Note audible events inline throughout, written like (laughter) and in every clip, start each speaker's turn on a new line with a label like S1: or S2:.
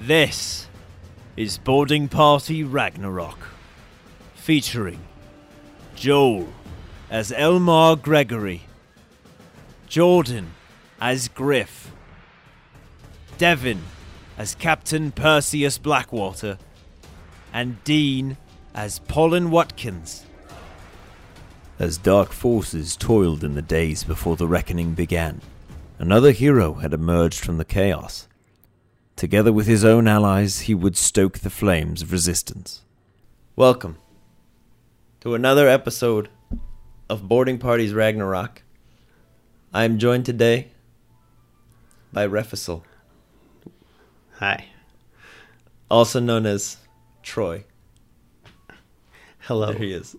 S1: This is Boarding Party Ragnarok, featuring Joel as Elmar Gregory, Jordan as Griff, Devin as Captain Perseus Blackwater, and Dean as Pollen Watkins. As dark forces toiled in the days before the reckoning began, another hero had emerged from the chaos. Together with his own allies, he would stoke the flames of resistance. Welcome to another episode of Boarding Parties Ragnarok. I am joined today by Refusel,
S2: Hi.
S1: also known as Troy.
S2: Hello.
S1: There he is.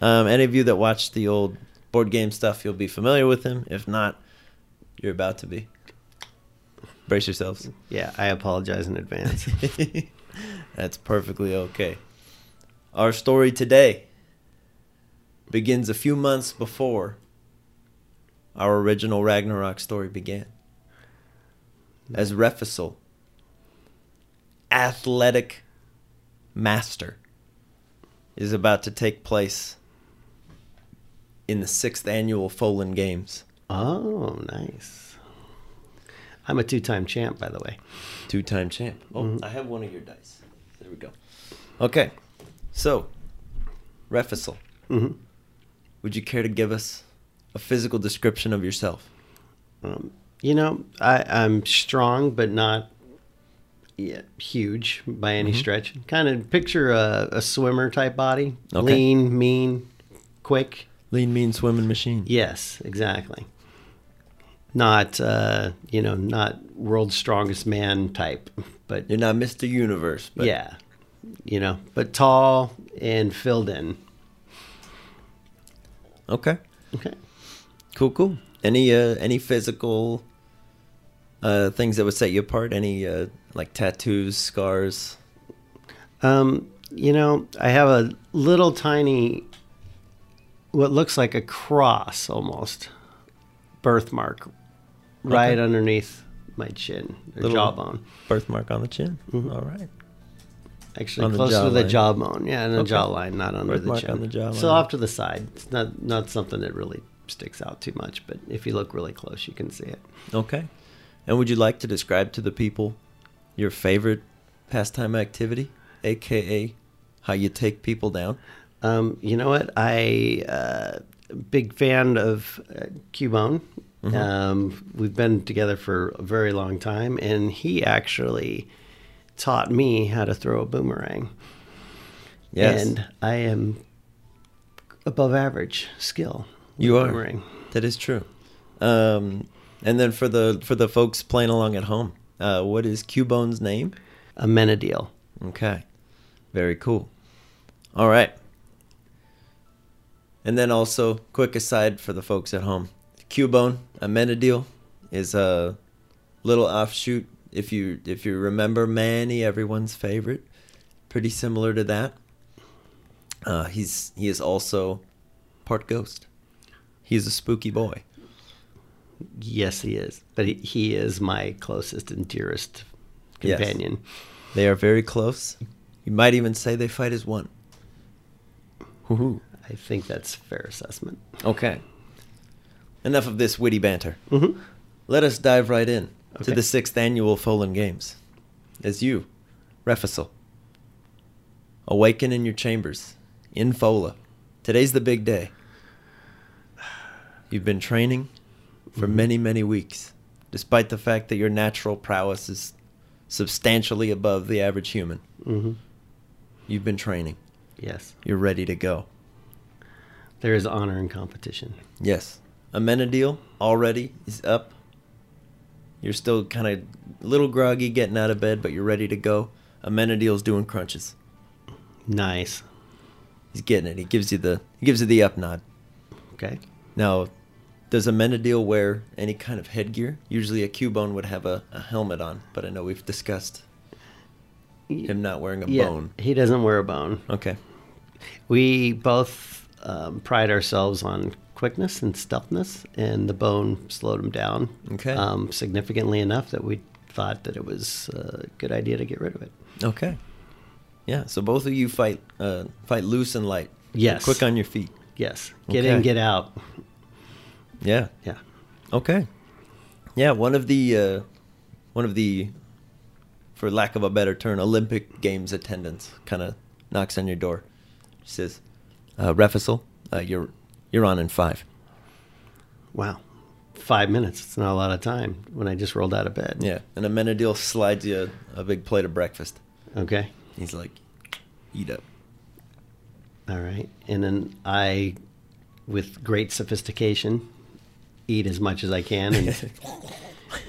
S1: Um, any of you that watch the old board game stuff, you'll be familiar with him. If not, you're about to be. Brace yourselves.
S2: Yeah, I apologize in advance.
S1: (laughs) That's perfectly okay. Our story today begins a few months before our original Ragnarok story began. As Refusel, athletic master, is about to take place in the sixth annual Folan Games.
S2: oh, nice. I'm a two-time champ, by the way.
S1: Two time champ. Oh, I have one of your dice. There we go. Okay. So, Refusel,
S2: Mhm.
S1: would you care to give us a physical description of yourself?
S2: Um, you know, I, I'm strong, but not yeah, huge by any
S1: Mm-hmm.
S2: stretch. Kind of picture a, a swimmer type body,
S1: Okay.
S2: lean, mean, quick.
S1: Lean, mean swimming machine.
S2: Yes, exactly. Not, uh, you know, not world's strongest man type, but
S1: You're not Mr. Universe, but
S2: yeah, you know, but tall and filled in.
S1: Okay.
S2: Okay.
S1: Cool, cool. Any uh, any physical uh, things that would set you apart? Any uh, like tattoos, scars?
S2: Um, you know, I have a little tiny, what looks like a cross almost, birthmark right
S1: Okay.
S2: underneath my chin, or
S1: Little-
S2: jawbone.
S1: Birthmark on the chin. All right. on
S2: Actually,
S1: the
S2: close to the
S1: jawline.
S2: jawbone. Yeah, and the
S1: Okay.
S2: jawline, not under
S1: Birthmark
S2: the chin.
S1: on the jawline.
S2: So off to the side. It's not not something that really sticks out too much, but if you look really close, you can see it.
S1: Okay. And would you like to describe to the people your favorite pastime activity, aka how you take people down?
S2: Um, you know what? I uh, big fan of uh, Cubone.
S1: Mm-hmm.
S2: Um, we've been together for a very long time, and he actually taught me how to throw a boomerang. And I am above average skill. with
S1: You are.
S2: Boomerang.
S1: that is true. Um, and then for the for the folks playing along at home, uh, what is Cubone's name?
S2: A menadil.
S1: Okay. Very cool. All right. And then also, quick aside for the folks at home, Cubone Amenadiel is a little offshoot. If you if you remember Manny, everyone's favorite, pretty similar to that. Uh, he's he is also part ghost. He's a spooky boy.
S2: Yes, he is. But he, he is my closest and dearest
S1: Yes.
S2: companion.
S1: They are very close. You might even say they fight as one. Woohoo.
S2: I think that's fair assessment.
S1: Okay. Enough of this witty banter.
S2: Mhm.
S1: Let us dive right in to
S2: Okay.
S1: the sixth annual Folan Games. As you, Refusel, awaken in your chambers in Fola. Today's the big day. You've been training for many, many weeks, despite the fact that your natural prowess is substantially above the average human.
S2: hmm
S1: You've been training.
S2: Yes.
S1: You're ready to go.
S2: There is honor in competition.
S1: Yes. Amenadiel already is up. You're still kind of a little groggy getting out of bed, but you're ready to go. Amenadiel's doing crunches.
S2: Nice.
S1: He's getting it. He gives you the he gives you the up nod.
S2: Okay.
S1: Now, does Amenadiel wear any kind of headgear? Usually a Cubone would have a, a helmet on, but I know we've discussed him not wearing a
S2: yeah,
S1: bone.
S2: He doesn't wear a bone.
S1: Okay.
S2: We both um, pride ourselves on quickness and stealthness, and the bone slowed him down
S1: Okay.
S2: um, significantly enough that we thought that it was a good idea to get rid of it.
S3: Okay. Yeah. So both of you fight uh, fight loose and light.
S2: Yes.
S3: Quick on your feet.
S2: Yes. Get
S3: Okay.
S2: in, get out.
S3: Yeah.
S2: Yeah.
S3: Okay. Yeah. One of the uh, one of the for lack of a better term, Olympic Games attendants kind of knocks on your door. She says, uh, "Refusel, uh, you're you're on in five.
S2: Wow. Five minutes. It's not a lot of time when I just rolled out of bed.
S3: Yeah. And Amenadiel slides you a, a big plate of breakfast.
S2: Okay.
S3: He's like, "Eat up."
S2: All right. And then I, with great sophistication, eat as much as I can
S3: (laughs)
S2: in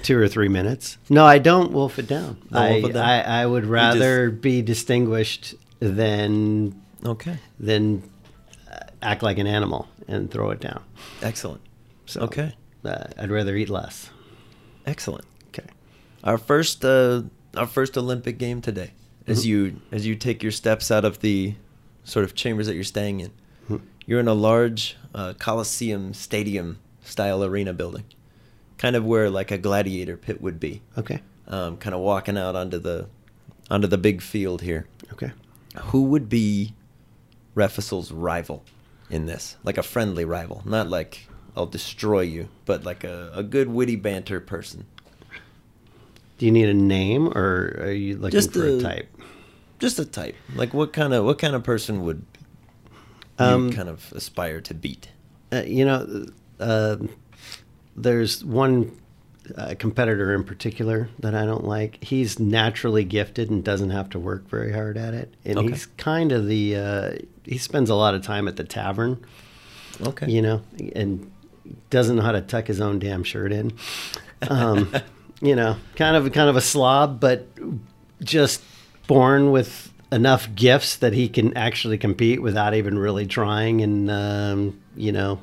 S2: two or three minutes. No, I don't wolf it down.
S3: Don't
S2: I,
S3: wolf it down.
S2: I, I would rather be distinguished than,
S3: Okay.
S2: than uh, act like an animal and throw it down.
S3: Excellent.
S2: So,
S3: Okay.
S2: Uh, I'd rather eat less.
S3: Excellent.
S2: Okay.
S3: Our first uh, our first Olympic game today. As you as you take your steps out of the sort of chambers that you're staying in, you're in a large uh, coliseum stadium style arena building, kind of where like a gladiator pit would be.
S2: Okay.
S3: Um, kind of walking out onto the onto the big field here.
S2: Okay.
S3: Who would be Refusel's rival in this? Like a friendly rival, not like I'll destroy you, but like a, a good witty banter person.
S2: Do you need a name or are you looking
S3: Just
S2: for a,
S3: a-
S2: type?
S3: just a type like what kind of what kind of person would
S2: Um,
S3: you kind of aspire to beat
S2: Uh, you know, uh, there's one uh, competitor in particular that I don't like. He's naturally gifted and doesn't have to work very hard at it. And
S3: Okay.
S2: he's kind of the, uh, he spends a lot of time at the tavern,
S3: okay
S2: you know, and doesn't know how to tuck his own damn shirt in. Um, you know, kind of, kind of a slob, but just born with enough gifts that he can actually compete without even really trying and, um, you know,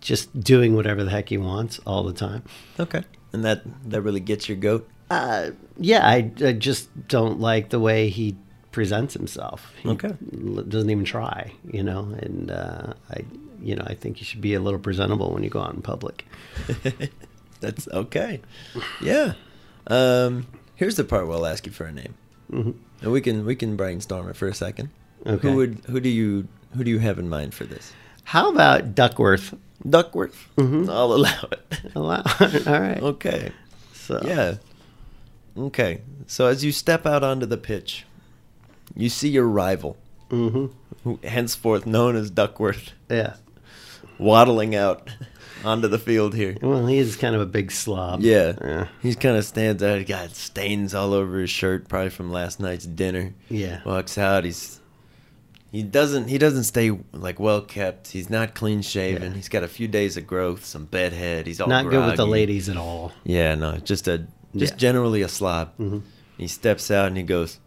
S2: just doing whatever the heck he wants all the time.
S3: okay and that that really gets your goat
S2: Uh, Yeah, I, I just don't like the way he presents himself. He
S3: Okay.
S2: l- doesn't even try, you know. And uh, I, you know, I think you should be a little presentable when you go out in public.
S3: that's okay (laughs) yeah um here's the part where i'll ask you for a name mm-hmm. and we can we can brainstorm it for a second
S2: Okay.
S3: who would who do you who do you have in mind for this
S2: How about Duckworth? Oh,
S3: duckworth i'll allow it
S2: (laughs) All right.
S3: Mm-hmm. (laughs) okay
S2: So
S3: Yeah. Okay. So as you step out onto the pitch, you see your rival,
S2: Mm-hmm.
S3: who henceforth known as Duckworth,
S2: yeah.
S3: waddling out (laughs) onto the field here.
S2: Well, he is kind of a big slob.
S3: Yeah.
S2: Yeah.
S3: He's kind of stands out. He's got stains all over his shirt, probably from last night's dinner.
S2: Yeah.
S3: Walks out. He's he doesn't he doesn't stay like well kept. He's not clean shaven.
S2: Yeah.
S3: He's got a few days of growth, some bedhead. He's all
S2: Not good with the
S3: groggy.
S2: ladies at all.
S3: Yeah, no, just a just
S2: Yeah. Mm-hmm.
S3: generally a slob. He steps out and he goes,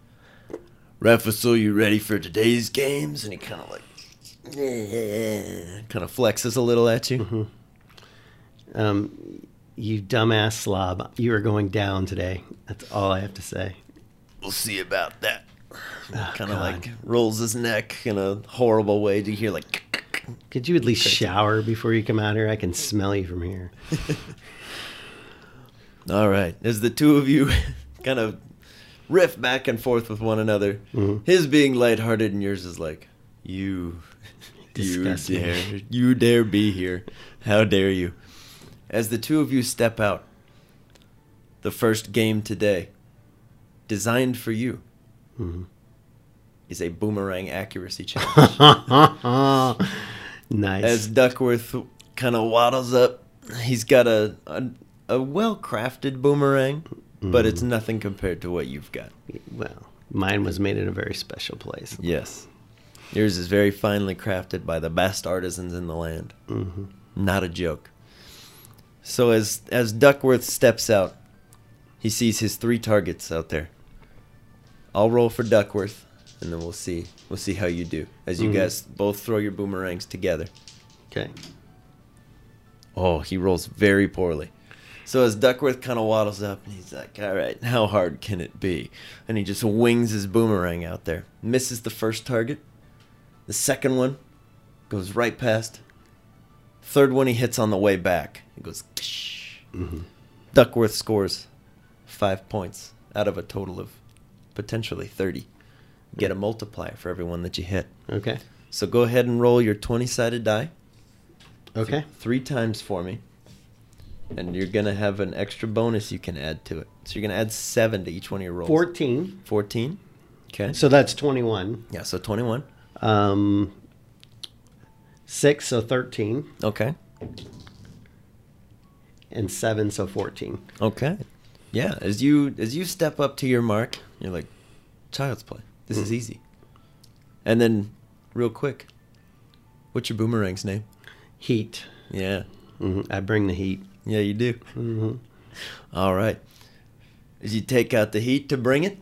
S3: "Refusel, you ready for today's games?" And he kind of like, kind of flexes a little at you.
S2: Mm-hmm. Um, you dumbass slob. You are going down today. That's all I have to say.
S3: We'll see about that. kind of
S2: Oh, God.
S3: like rolls his neck in a horrible way. Do you hear like?
S2: Could you at least shower before you come out here? I can smell you from here.
S3: All right, as the two of you (laughs) kind of riff back and forth with one another, his being lighthearted and yours is like, you, you
S2: Disgust me.
S3: dare, you dare be here, how dare you? As the two of you step out, the first game today, designed for you, is a boomerang accuracy challenge.
S2: nice.
S3: as Duckworth kind of waddles up. He's got a a, a well crafted boomerang, but it's nothing compared to what you've got.
S2: well, mine was made in a very special place.
S3: Yes, yours is very finely crafted by the best artisans in the land. Mm-hmm. Not a joke. So as as Duckworth steps out, he sees his three targets out there. I'll roll for Duckworth, and then we'll see we'll see how you do as you guys both throw your boomerangs together.
S2: Okay.
S3: Oh, he rolls very poorly. So as Duckworth kind of waddles up and he's like, "All right, how hard can it be?" And he just wings his boomerang out there. Misses the first target. The second one goes right past. Third one he hits on the way back. It goes. Ksh. Duckworth scores. five points out of a total of potentially 30. Get a multiplier for everyone that you hit.
S2: Okay.
S3: So go ahead and roll your 20 sided die
S2: Okay.
S3: three times for me. And you're going to have an extra bonus you can add to it. So you're going to add seven to each one of your rolls.
S2: 14.
S3: 14. Okay.
S2: So that's 21.
S3: yeah, so 21.
S2: Um, 6, so 13.
S3: Okay.
S2: And 7, so 14.
S3: Okay. Yeah, as you as you step up to your mark, you're like, child's play. This is easy. And then, real quick, what's your boomerang's name?
S2: Heat.
S3: Yeah,
S2: hmm I bring the heat.
S3: yeah, you do.
S2: hmm
S3: All right. As you take out the heat to bring it,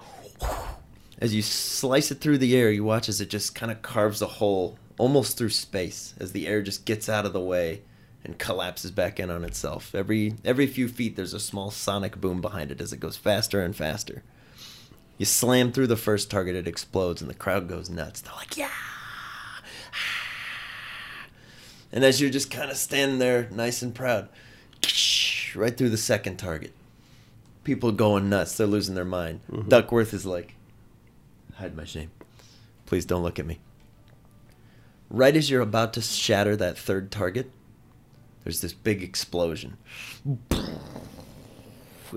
S3: as you slice it through the air, you watch as it just kind of carves a hole almost through space as the air just gets out of the way and collapses back in on itself. Every every few feet there's a small sonic boom behind it as it goes faster and faster. You slam through the first target, it explodes and the crowd goes nuts. They're like, "Yeah!" And as you're just kind of standing there nice and proud, (laughs) right through the second target. People going nuts. They're losing their mind. Duckworth is like, hide my shame. Please don't look at me. Right as you're about to shatter that third target, there's this big explosion. (laughs)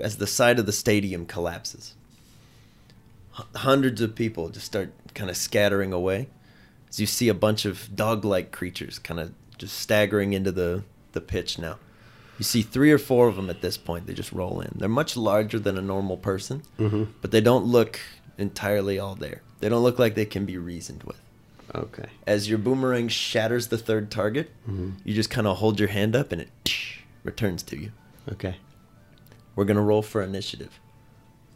S3: As the side of the stadium collapses, H- hundreds of people just start kind of scattering away. As you see a bunch of dog like creatures kind of just staggering into the, the pitch now. You see three or four of them at this point. They just roll in. They're much larger than a normal person, but they don't look entirely all there. They don't look like they can be reasoned with.
S2: Okay.
S3: As your boomerang shatters the third target, you just kind of hold your hand up and it returns to you.
S2: Okay. (laughs)
S3: We're gonna roll for initiative,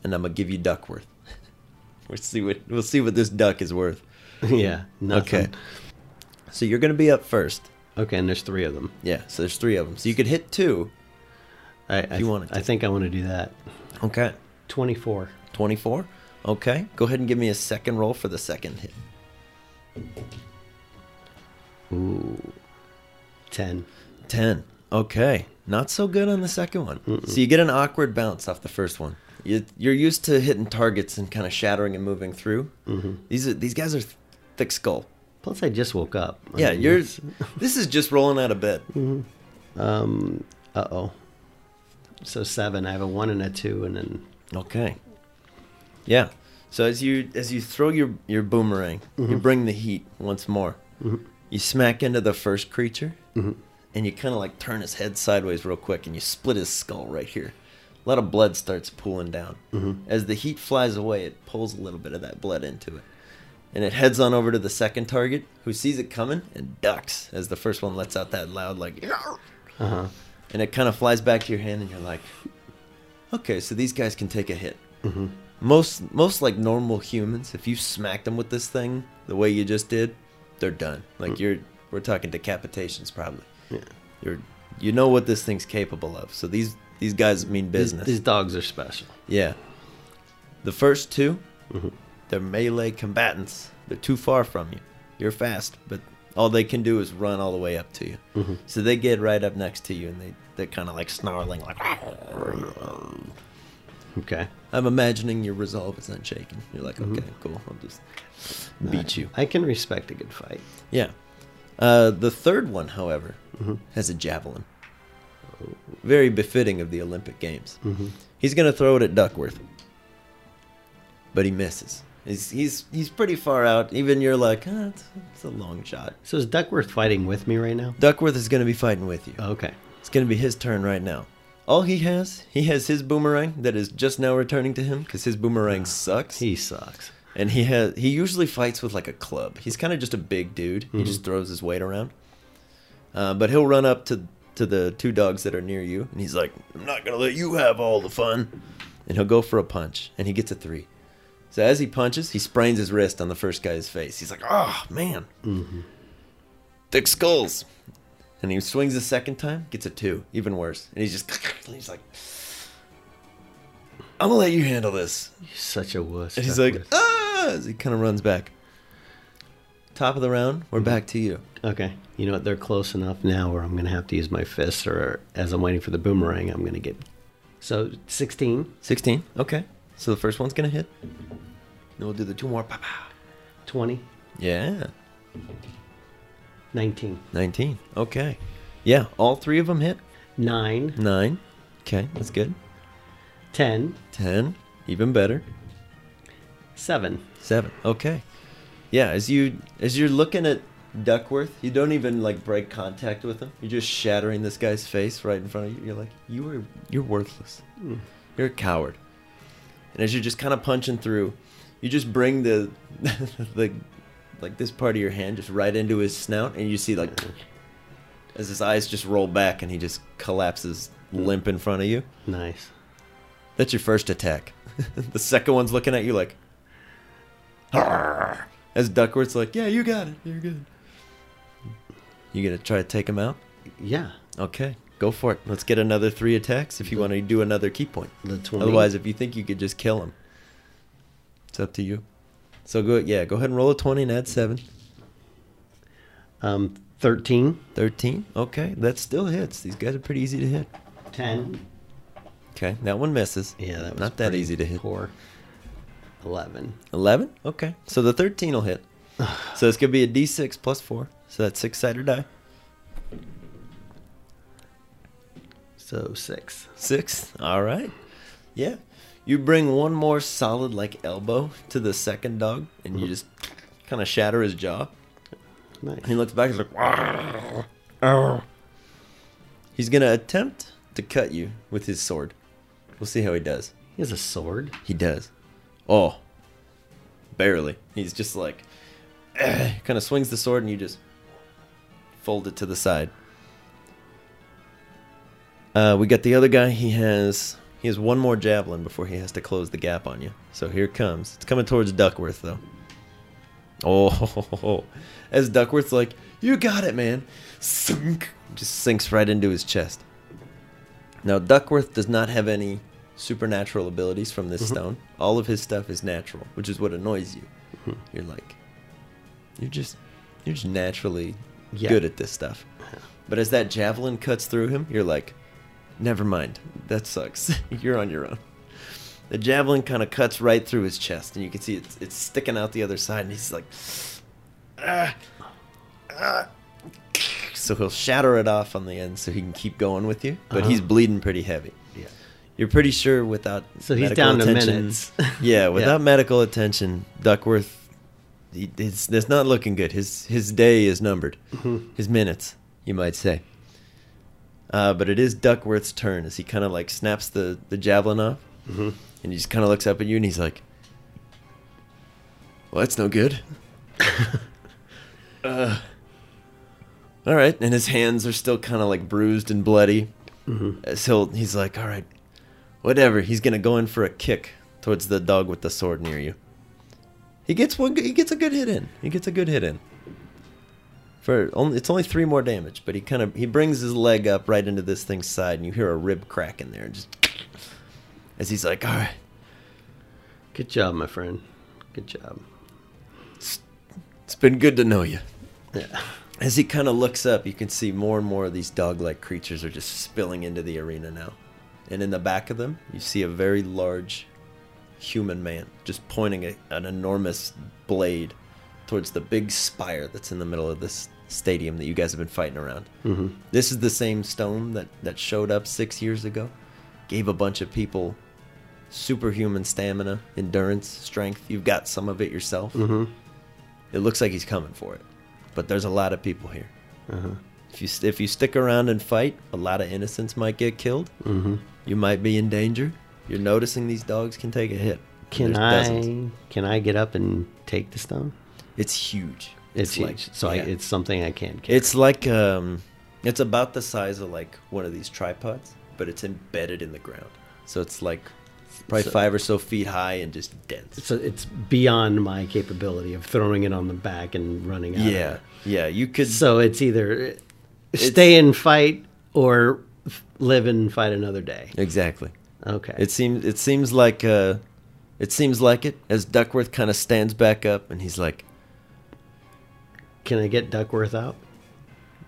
S3: and I'm gonna give you Duckworth. (laughs) we'll see what we'll see what this duck is worth.
S2: yeah. Nothing.
S3: Okay. So you're gonna be up first.
S2: Okay, and there's three of them.
S3: Yeah. So there's three of them. So you could hit two.
S2: I, I,
S3: you wanted
S2: I
S3: to.
S2: think I want to do that.
S3: Okay.
S2: 24.
S3: 24. Okay. Go ahead and give me a second roll for the second hit.
S2: Ooh. 10.
S3: 10. Okay. Not so good on the second one. So you get an awkward bounce off the first one. You, you're used to hitting targets and kind of shattering and moving through.
S2: Mm-hmm.
S3: These are these guys are th- thick skull.
S2: Plus, I just woke up. I
S3: Yeah,
S2: mean,
S3: you're. this is just rolling out
S2: (laughs)
S3: of bed.
S2: Um. Uh oh. So seven. I have a one and a two, and then
S3: Okay. Yeah. So as you as you throw your your boomerang, you bring the heat once more. You smack into the first creature, and you kind of like turn his head sideways real quick, and you split his skull right here. A lot of blood starts pooling down. As the heat flies away, it pulls a little bit of that blood into it, and it heads on over to the second target, who sees it coming and ducks as the first one lets out that loud like. "Yarr!"
S2: uh
S3: Uh-huh.
S2: huh.
S3: and it kind of flies back to your hand, and you're like, okay, so these guys can take a hit.
S2: Mm-hmm.
S3: Most most like normal humans, if you smack them with this thing the way you just did, they're done. Like you're we're talking decapitations probably.
S2: Mm. Yeah.
S3: You're you know what this thing's capable of. So these these guys mean
S2: These,
S3: business.
S2: these dogs are special.
S3: Yeah. The first 2 they're melee combatants. They're too far from you. You're fast, but all they can do is run all the way up to you. So they get right up next to you and they, they're kind of like snarling, like.
S2: Okay.
S3: I'm imagining your resolve is unshaken. You're like, okay, cool, I'll just beat you.
S2: I can respect a good fight.
S3: Yeah. Uh, the third one, however, has a javelin. Very befitting of the Olympic Games. He's going to throw it at Duckworth, but he misses. He's, he's, he's pretty far out. Even you're like, ah, it's, it's a long shot.
S2: So is Duckworth fighting with me right now?
S3: Duckworth is going to be fighting with you.
S2: Okay.
S3: It's going to be his turn right now. All he has, he has his boomerang that is just now returning to him because his boomerang sucks.
S2: He sucks.
S3: and he has he usually fights with like a club. He's kind of just a big dude. He just throws his weight around. Uh, but he'll run up to to the two dogs that are near you, and he's like, "I'm not gonna let you have all the fun." And he'll go for a punch, and he gets a three. So as he punches, he sprains his wrist on the first guy's face. He's like, "Oh man, thick skulls." And he swings a second time, gets a two, even worse. And he's just (laughs) he's like, "I'm gonna let you handle this."
S2: He's such a wuss.
S3: And he's like,
S2: Duckworth.
S3: ah! As he kind of runs back. Top of the round, we're back to you.
S2: okay. You know what? They're close enough now where I'm gonna have to use my fists, or as I'm waiting for the boomerang, I'm gonna get So 16,
S3: 16. Okay. So the first one's going to hit. Then we'll do the two more. Pow, pow.
S2: 20,
S3: Yeah.
S2: 19,
S3: 19. Okay. Yeah. All three of them hit.
S2: 9,
S3: Nine. Okay. That's good.
S2: 10,
S3: 10. Even better.
S2: 7.
S3: Seven. Okay. Yeah, as you as you're looking at Duckworth, you don't even like break contact with him. You're just shattering this guy's face right in front of you. You're like, you are you're worthless. You're a coward. And as you're just kind of punching through, you just bring the (laughs) the like this part of your hand just right into his snout, and you see like as his eyes just roll back, and he just collapses limp in front of you.
S2: Nice.
S3: That's your first attack. (laughs) the second one's looking at you like, "Arr." as Duckworth's like, yeah, you got it, you're good. You gonna try to take him out?
S2: Yeah.
S3: Okay, go for it. Let's get another three attacks if you want to do another key point.
S2: The 20.
S3: Otherwise, if you think you could just kill him, it's up to you. So go, yeah, go ahead and roll a twenty and add seven.
S2: um, 13,
S3: 13. Okay, that still hits. These guys are pretty easy to hit.
S2: 10.
S3: Okay, that one misses.
S2: Yeah, that was
S3: not that
S2: pretty
S3: easy to hit.
S2: Poor. 11.
S3: 11? Okay. So the 13 will hit. so it's going to be a d6 plus 4. So that's six sided die.
S2: (sighs) So 6.
S3: Six. All right. Yeah. You bring one more solid, like, elbow to the second dog, and you just kind of shatter his jaw.
S2: Nice.
S3: And he looks back, he's like, "Arr, arr." He's going to attempt to cut you with his sword. We'll see how he does.
S2: He has a sword.
S3: He does. Oh, barely. He's just like, (clears throat) kind of swings the sword and you just fold it to the side. Uh, we got the other guy. He has he has one more javelin before he has to close the gap on you. So here it comes. It's coming towards Duckworth though. Oh, (laughs) as Duckworth's like, you got it, man. Sunk. Just sinks right into his chest. Now, Duckworth does not have any supernatural abilities from this stone. All of his stuff is natural, which is what annoys you. You're like, you're just, you're just naturally
S2: Yeah.
S3: good at this stuff. But as that javelin cuts through him, you're like, never mind. That sucks. (laughs) you're on your own. The javelin kind of cuts right through his chest, and you can see it's, it's sticking out the other side, and he's like, "Ah, ah." so he'll shatter it off on the end so he can keep going with you, but he's
S2: Uh-huh.
S3: bleeding pretty heavy.
S2: Yeah.
S3: You're pretty sure without
S2: So he's
S3: medical
S2: down to
S3: attention-
S2: minutes.
S3: (laughs) yeah,
S2: Yeah.
S3: without medical attention, Duckworth, he, it's, it's not looking good. His his day is numbered,
S2: Mm-hmm.
S3: his minutes, you might say. Uh, but it is Duckworth's turn as he kind of like snaps the the javelin off,
S2: Mm-hmm.
S3: and he just kind of looks up at you and he's like, "Well, that's no good." (laughs) uh, all right, and his hands are still kind of like bruised and bloody.
S2: Mm-hmm.
S3: Uh, So he's like, all right, whatever. He's gonna go in for a kick towards the dog with the sword near you. He gets one. g- He gets a good hit in. He gets a good hit in. For only, it's only three more damage, but he kind of he brings his leg up right into this thing's side, and you hear a rib crack in there, and just as he's like, all right,
S2: Good job, my friend. Good job.
S3: it's been good to know you.
S2: Yeah.
S3: As he kind of looks up, you can see more and more of these dog like creatures are just spilling into the arena now. And in the back of them, you see a very large human man just pointing a, an enormous blade towards the big spire that's in the middle of this stadium that you guys have been fighting around. Mm-hmm. This is the same stone that, that showed up six years ago, gave a bunch of people superhuman stamina, endurance, strength. You've got some of it yourself.
S2: Mm-hmm.
S3: It looks like he's coming for it, but there's a lot of people here.
S2: Mm-hmm.
S3: If you st- if you stick around and fight, a lot of innocents might get killed. Mm-hmm. You might be in danger. You're noticing these dogs can take a hit.
S2: (sighs) Can
S3: There's
S2: I
S3: dozens.
S2: can I get up and take the stone?
S3: It's huge.
S2: It's,
S3: like-
S2: huge, so
S3: yeah.
S2: I, it's something I can't carry.
S3: it's like um, it's about the size of like one of these tripods, but it's embedded in the ground. So it's like probably
S2: So-
S3: five or so feet high and just dense.
S2: so it's beyond my capability of throwing it on the back and running out. of
S3: Yeah,
S2: it.
S3: yeah. You could
S2: So it's either stay and fight or f- live and fight another day.
S3: exactly.
S2: Okay.
S3: It seems it seems like uh, it seems like it as Duckworth kind of stands back up and he's like,
S2: can I get Duckworth out?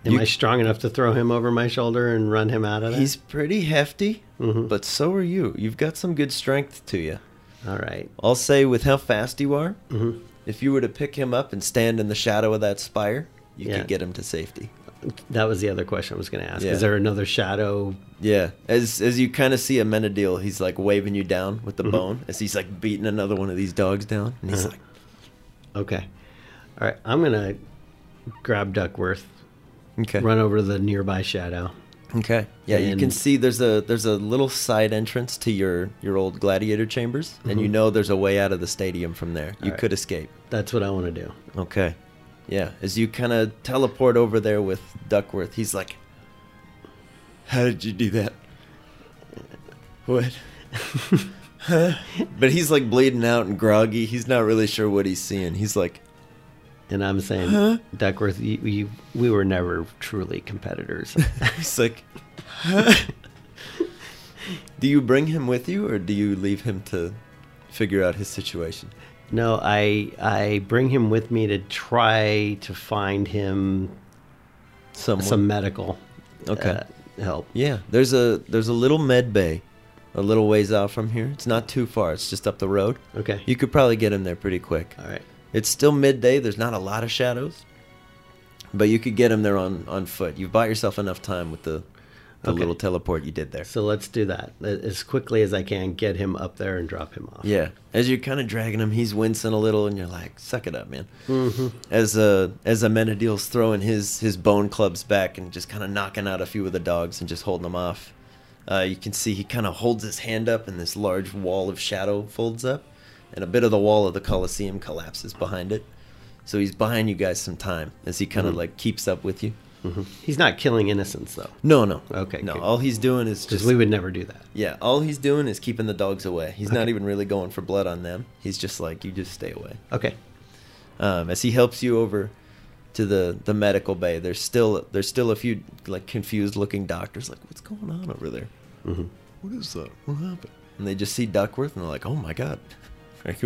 S2: Am
S3: You-
S2: I strong enough to throw him over my shoulder and run him out of there?
S3: He's pretty hefty,
S2: Mm-hmm.
S3: but so are you. You've got some good strength to you.
S2: All right.
S3: I'll say, with how fast you are,
S2: Mm-hmm.
S3: if you were to pick him up and stand in the shadow of that spire, you
S2: Yeah.
S3: could get him to safety.
S2: That was the other question I was going to ask.
S3: Yeah.
S2: Is there another shadow?
S3: Yeah, as as you kind of see a Menadil, he's like waving you down with the bone as he's like beating another one of these dogs down, and he's
S2: Mm-hmm. Uh-huh.
S3: like,
S2: Okay. All right. I'm going to grab Duckworth,
S3: "Okay,
S2: run over to the nearby shadow.
S3: okay, yeah." you can
S2: And-
S3: see there's a there's a little side entrance to your your old gladiator chambers, and you know there's a way out of the stadium from there. You
S2: Mm-hmm. Alright.
S3: could escape.
S2: That's what I want to do.
S3: Okay, yeah. As you kind of teleport over there with Duckworth, he's like, "How did you do that?
S2: (laughs)
S3: What?" Huh? But he's like bleeding out and groggy. He's not really sure what he's seeing. He's like.
S2: And I'm saying,
S3: Huh?
S2: Duckworth, you, you, we were never truly competitors. (laughs)
S3: (laughs) He's like, (laughs) do you bring him with you, or do you leave him to figure out his situation?
S2: no, I I bring him with me to try to find him
S3: Someone.
S2: some medical
S3: Okay.
S2: uh, help.
S3: yeah, there's a there's a little med bay, a little ways out from here. It's not too far. It's just up the road.
S2: Okay.
S3: You could probably get him there pretty quick.
S2: All right.
S3: It's still midday. There's not a lot of shadows, but you could get him there on on foot. You've bought yourself enough time with the the
S2: Okay.
S3: little teleport you did there.
S2: So let's do that A- as quickly as I can. Get him up there and drop him off.
S3: Yeah, as you're kind of dragging him, he's wincing a little, and you're like, "Suck it up, man." As uh, as Amenadiel's throwing his his bone clubs back and just kind of knocking out a few of the dogs and just holding them off, uh, you can see he kind of holds his hand up, and this large wall of shadow folds up, and a bit of the wall of the Colosseum collapses behind it. So he's buying you guys some time as he kind of like keeps up with you.
S2: Mm-hmm. He's not killing innocents though,
S3: No, no,
S2: Okay,
S3: no.
S2: good.
S3: All he's doing is
S2: because
S3: just
S2: we would never do that.
S3: yeah, all he's doing is keeping the dogs away. He's not even really going for blood on them. He's just like, you just stay away.
S2: Okay.
S3: Um, as he helps you over to the, the medical bay, there's still there's still a few like confused looking doctors like, what's going on over there?
S2: Mm-hmm.
S3: What is that? What happened? And they just see Duckworth and they're like, oh my god, (laughs) Like,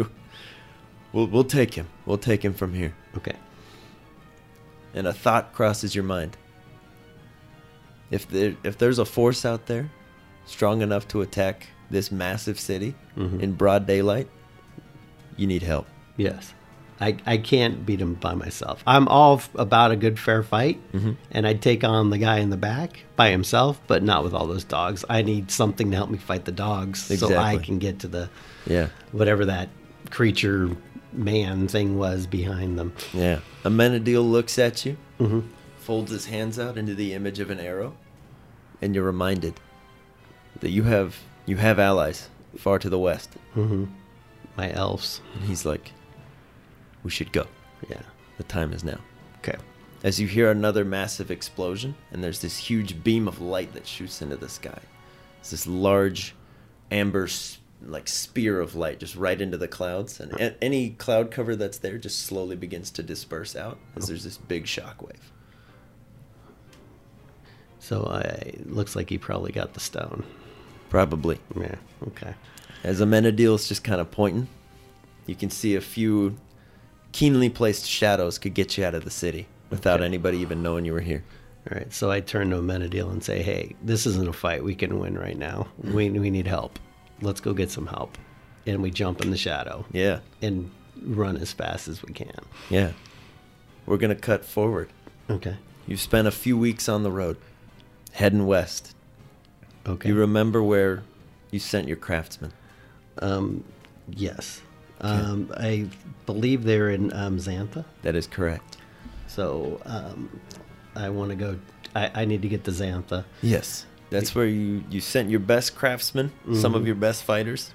S3: we'll we'll take him. We'll take him from here.
S2: Okay.
S3: And a thought crosses your mind. If there if there's a force out there strong enough to attack this massive city
S2: Mhm.
S3: in broad daylight, you need help.
S2: Yes. I, I can't beat him by myself. I'm all f- about a good fair fight, and I'd take on the guy in the back by himself, but not with all those dogs. I need something to help me fight the dogs so I
S3: Exactly.
S2: can get to the
S3: Yeah.
S2: whatever that creature man thing was behind them.
S3: Yeah. Amenadiel looks at you, folds his hands out into the image of an arrow, and you're reminded that you have you have allies far to the west.
S2: My elves.
S3: And he's like, "We should go.
S2: Yeah.
S3: The time is now."
S2: Okay.
S3: As you hear another massive explosion, and there's this huge beam of light that shoots into the sky. It's this large amber s- like spear of light just right into the clouds and a- any cloud cover that's there just slowly begins to disperse out as there's this big shockwave.
S2: So I it looks like he probably got the stone.
S3: Probably.
S2: Yeah. Okay.
S3: As Amenadiel's just kind of pointing, you can see a few keenly placed shadows could get you out of the city without
S2: Okay.
S3: anybody even knowing you were here.
S2: All right. So I turn to Amenadiel and say, "Hey, this isn't a fight we can win right now. We we need help. Let's go get some help." And we jump in the shadow
S3: Yeah,
S2: and run as fast as we can.
S3: yeah. We're going to cut forward.
S2: Okay.
S3: You've spent a few weeks on the road, heading west.
S2: Okay.
S3: You remember where you sent your craftsmen.
S2: um, yes. Um, I believe they're in um, Xantha.
S3: That is correct.
S2: So um, I want to go. I, I need to get to Xantha.
S3: Yes. That's where you, you sent your best craftsmen, some
S2: Mm-hmm.
S3: of your best fighters,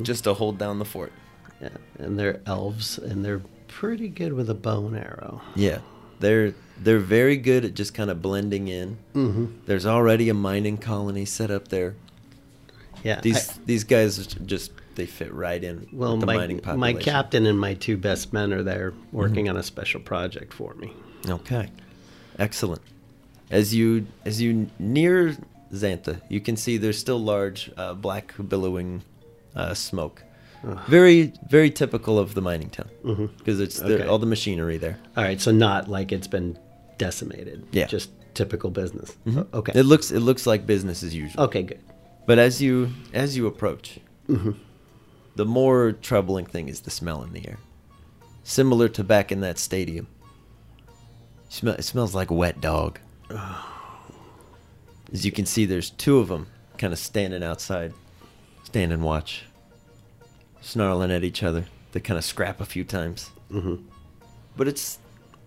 S3: just to hold down the fort.
S2: Yeah. And they're elves, and they're pretty good with a bow and arrow.
S3: Yeah, they're they're very good at just kind of blending in. Mm-hmm. There's already a mining colony set up there.
S2: Yeah.
S3: These
S2: I-
S3: these guys are just they fit right in.
S2: well,
S3: with the
S2: my,
S3: mining population. Mm-hmm.
S2: my captain and my two best men are there working on a special project for me.
S3: Okay, excellent. As you as you near Xantha, you can see there's still large uh, black billowing uh, smoke.
S2: Uh-huh.
S3: Very very typical of the mining town because it's the,
S2: Mm-hmm. Okay.
S3: all the machinery there.
S2: All right, so not like it's been decimated.
S3: Yeah. Mm-hmm.
S2: Just typical business. Okay.
S3: It looks it looks like business as usual.
S2: okay, good.
S3: But as you as you approach,
S2: Mm-hmm.
S3: the more troubling thing is the smell in the air, similar to back in that stadium. Smell it smells like
S2: (sighs)
S3: wet dog. As you can see, there's two of them kind of standing outside, stand and watch, snarling at each other. They kind of scrap a few times, mm-hmm. but it's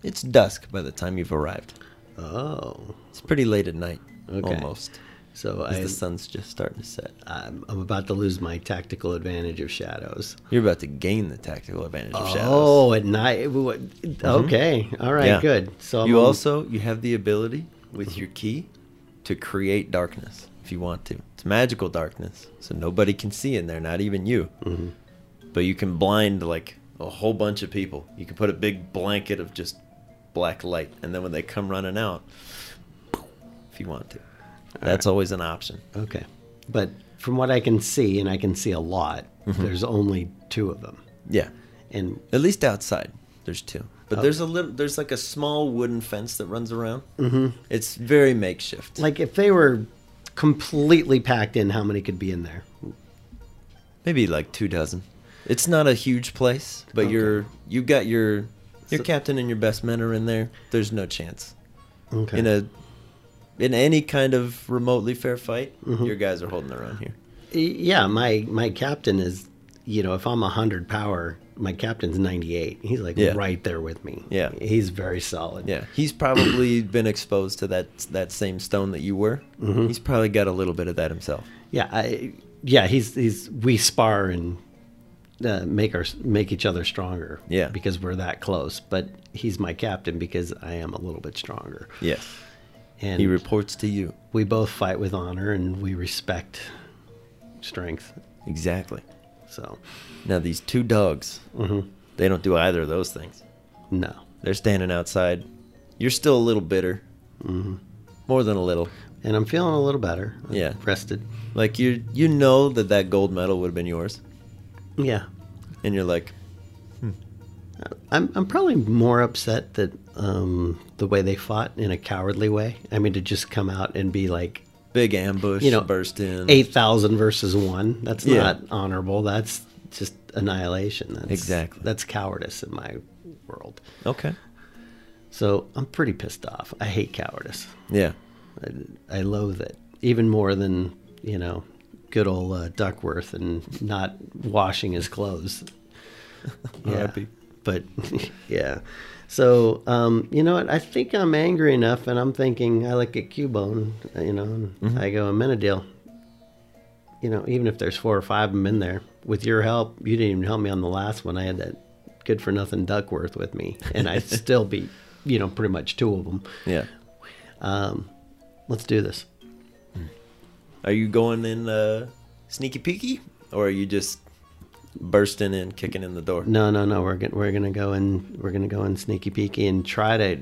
S3: it's dusk by the time you've arrived.
S2: Oh.
S3: It's pretty late at night,
S2: Okay.
S3: almost.
S2: So
S3: As
S2: I,
S3: the sun's just starting to set.
S2: I'm, I'm about to lose my tactical advantage of shadows.
S3: You're about to gain the tactical advantage of shadows. Mm-hmm.
S2: Oh, at night. what- Okay. All right.
S3: Yeah.
S2: Good. So I'm Mm-hmm.
S3: you
S2: on-
S3: also you have the ability with your key to create darkness if you want to. It's magical darkness, so nobody can see in there, not even you.
S2: Mm-hmm.
S3: But you can blind like a whole bunch of people. You can put a big blanket of just black light, and then when they come running out, if you want to, that's always an option.
S2: Okay. But from what I can see, and I can see a lot,
S3: Mm-hmm.
S2: there's only two of them.
S3: Yeah,
S2: And
S3: At least outside, there's two. But there's a little, there's like a small wooden fence that runs around. Mm-hmm. It's very makeshift.
S2: like if they were completely packed in, how many could be in there?
S3: Maybe like two dozen. It's not a huge place, but you're you got your your
S2: So-
S3: captain and your best men are in there. There's no chance
S2: Okay.
S3: in a in any kind of remotely fair fight. Your guys are holding their own here.
S2: yeah, my my captain is, you know, if I'm 100 power, my captain's 98. He's like
S3: Yeah.
S2: right there with me.
S3: Yeah.
S2: He's very solid.
S3: Yeah, he's probably (coughs) been exposed to that that same stone that you were. He's probably got a little bit of that himself.
S2: Yeah, I, yeah, he's he's we spar and uh, make our make each other stronger.
S3: Yeah.
S2: because we're that close. But he's my captain because I am a little bit stronger.
S3: Yes,
S2: And
S3: he reports to you
S2: we both fight with honor and we respect strength.
S3: exactly.
S2: So
S3: Now these two dogs,
S2: Mm-hmm.
S3: they don't do either of those things.
S2: no,
S3: They're standing outside. You're still a little bitter,
S2: Mm-hmm.
S3: more than a little.
S2: and I'm feeling a little better. I'm
S3: Yeah.
S2: rested.
S3: Like you, you know that that gold medal would have been yours,
S2: Yeah,
S3: and you're like,
S2: I'm I'm probably more upset that um, the way they fought in a cowardly way. I mean, to just come out and be like
S3: big ambush,
S2: You know,
S3: burst in.
S2: eight thousand versus one. That's
S3: Yeah.
S2: not honorable. That's just annihilation. That's,
S3: Exactly.
S2: That's cowardice in my world.
S3: Okay.
S2: So I'm pretty pissed off. I hate cowardice.
S3: Yeah.
S2: I, I loathe it even more than you know, good old uh, Duckworth and not washing his clothes.
S3: R.I.P..
S2: But (laughs) yeah. So um, you know what? I think I'm angry enough, and I'm thinking I look at Cubone, uh, you know, and I go, I'm in a deal. You know, even if there's four or five of them in there, with your help, you didn't even help me on the last one. I had that good for nothing Duckworth with me, and I still beat, you know, pretty much two of them.
S3: Yeah.
S2: Um, let's do this.
S3: Are you going in uh, sneaky peeky, or are you just bursting in, kicking in the door?
S2: No, no, no. We're gonna we're gonna go in. We're gonna go in sneaky peeky and try to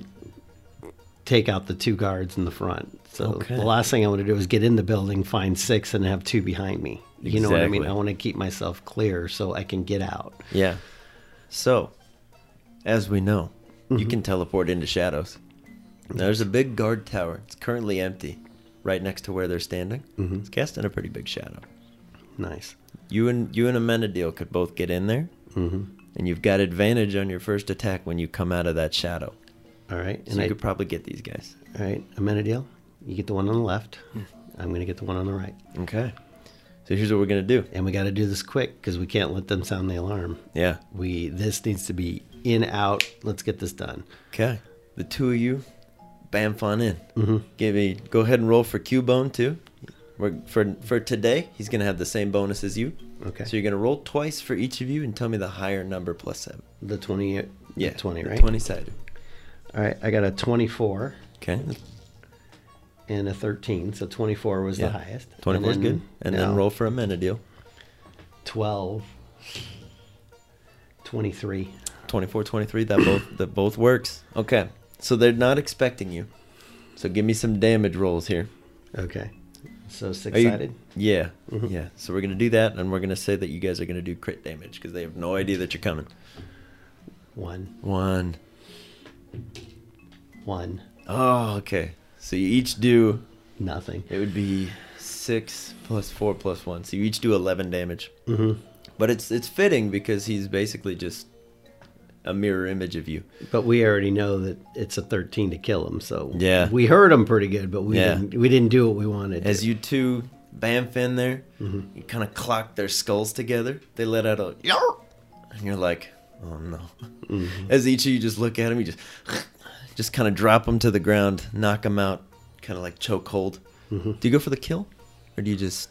S2: take out the two guards in the front. So
S3: Okay.
S2: the last thing I want to do is get in the building, find six, and have two behind me. You know what I mean?
S3: Exactly.
S2: I want to keep myself clear so I can get out.
S3: Yeah. So, as we know, you can teleport into shadows. Now, there's a big guard tower. It's currently empty, right next to where they're standing. It's casting a pretty big shadow.
S2: Nice.
S3: You and you and Amenadiel could both get in there, and you've got advantage on your first attack when you come out of that shadow.
S2: All right.
S3: So
S2: And
S3: you
S2: I,
S3: could probably get these guys.
S2: all right. I'm in a deal. You get the one on the left.
S3: Hmm.
S2: I'm gonna get the one on the right.
S3: Okay. So here's what we're gonna do.
S2: And we got to do this quick because we can't let them sound the alarm.
S3: Yeah.
S2: We this needs to be in out. Let's get this done.
S3: Okay. The two of you, bam, on in. Mm-hmm. Give me. Go ahead and roll for Cubone too. We're, for for today, he's gonna have the same bonus as you.
S2: Okay.
S3: So you're gonna roll twice for each of you and tell me the higher number plus seven.
S2: The twenty.
S3: Yeah.
S2: Yeah. Twenty.
S3: the
S2: Right.
S3: Twenty sided.
S2: All right, I got a 24
S3: Okay.
S2: and a 13, so 24 was
S3: Yeah.
S2: the highest. And
S3: Twenty four is
S2: then-
S3: good. And
S2: no,
S3: then roll for a deal.
S2: 12, 23.
S3: 24 23 that both (coughs) that both works okay so they're not expecting you so give me some damage rolls here
S2: Okay, so
S3: Are you- Mm-hmm.
S2: six-sided.
S3: yeah yeah so we're gonna do that and we're gonna say that you guys are gonna do crit damage because they have no idea that you're coming
S2: One,
S3: one
S2: one,
S3: Oh, okay. So you each do.
S2: Nothing.
S3: It would be six plus four plus one. So you each do eleven damage.
S2: Mhm.
S3: But it's it's fitting because he's basically just a mirror image of you.
S2: But we already know that it's a 13 to kill him, so
S3: Yeah.
S2: we hurt him pretty good, but we
S3: Yeah.
S2: didn't, we didn't do what we wanted.
S3: As
S2: to.
S3: you two bamf in there, you kind of clock their skulls together. They let out a yarr, and you're like, oh no. As each of you just look at him, you just (laughs) just kind of drop him to the ground, knock him out, kind of like choke hold. Do you go for the kill, or do you just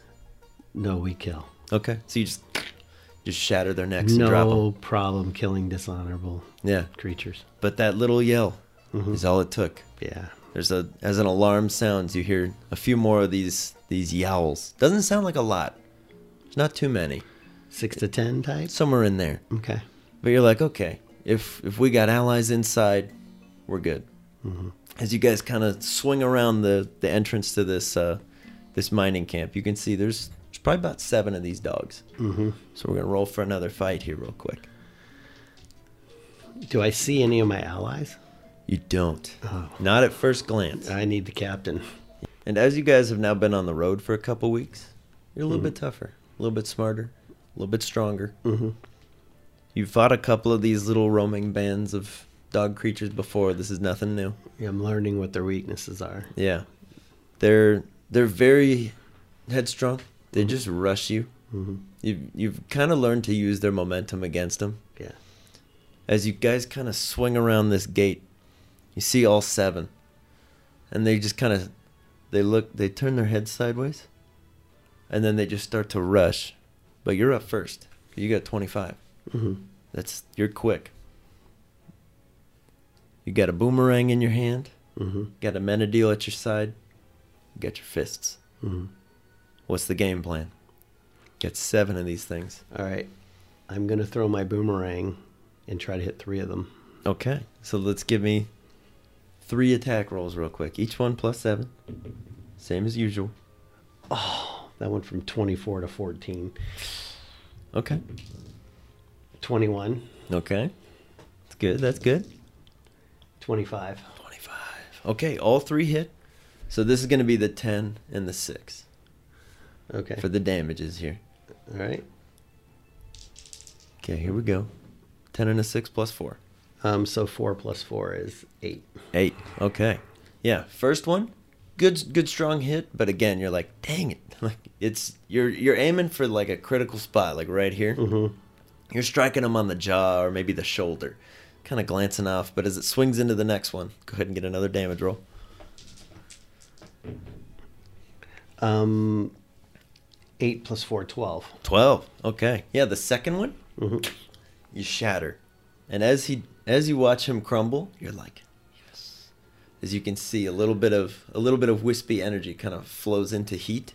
S2: no, we kill.
S3: okay? So you just just shatter their necks and drop them.
S2: No problem killing dishonorable
S3: Yeah,
S2: creatures.
S3: but that little yell is all it took.
S2: Yeah.
S3: There's a as an alarm sounds, you hear a few more of these these yowls. Doesn't sound like a lot. It's not too many.
S2: Six to 10 types?
S3: Somewhere in there.
S2: Okay.
S3: But you're like, okay, if if we got allies inside, we're good. As you guys kind of swing around the the entrance to this uh, this mining camp, you can see there's there's probably about seven of these dogs. Mm-hmm. So we're gonna roll for another fight here real quick.
S2: Do I see any of my allies?
S3: You don't.
S2: Oh.
S3: Not at first glance.
S2: I need the captain.
S3: And as you guys have now been on the road for a couple weeks, you're a little bit tougher, a little bit smarter, a little bit stronger. Mm-hmm. You've fought a couple of these little roaming bands of dog creatures before. This is nothing new.
S2: I'm learning what their weaknesses are.
S3: Yeah, they're they're very headstrong. They just rush you.
S2: Mhm.
S3: You've you've kind of learned to use their momentum against them.
S2: Yeah.
S3: As you guys kind of swing around this gate, you see all seven, and they just kind of they look they turn their heads sideways, and then they just start to rush. But you're up first. You got twenty
S2: Mhm.
S3: That's you're quick. You got a boomerang in your hand.
S2: Mm-hmm.
S3: Got a menadil at your side. You got your fists.
S2: Mhm.
S3: What's the game plan? Got seven of these things.
S2: All right. I'm going to throw my boomerang and try to hit three of them.
S3: Okay, so let's give me three attack rolls real quick. Each one plus seven. Same as usual.
S2: That went from 24 to 14.
S3: Okay.
S2: 21,
S3: Okay. That's good. That's good.
S2: 25.
S3: 25. Okay, all three hit. So this is going to be the 10 and the 6
S2: Okay.
S3: for the damages here.
S2: All right.
S3: Okay, here we go. 10 and a 6 plus 4.
S2: Um, so four plus four is eight.
S3: Eight. Okay. Yeah. First one, good, good, strong hit. But again, you're like, dang it! (laughs) Like it's you're you're aiming for like a critical spot, like right here. Mm-hmm. You're striking him on the jaw or maybe the shoulder, kind of glancing off. But as it swings into the next one, go ahead and get another damage roll.
S2: Um, eight plus four, 12.
S3: Twelve. Okay. Yeah. The second one, you shatter, and as he as you watch him crumble, you're like, yes. As you can see, a little bit of a little bit of wispy energy kind of flows into heat.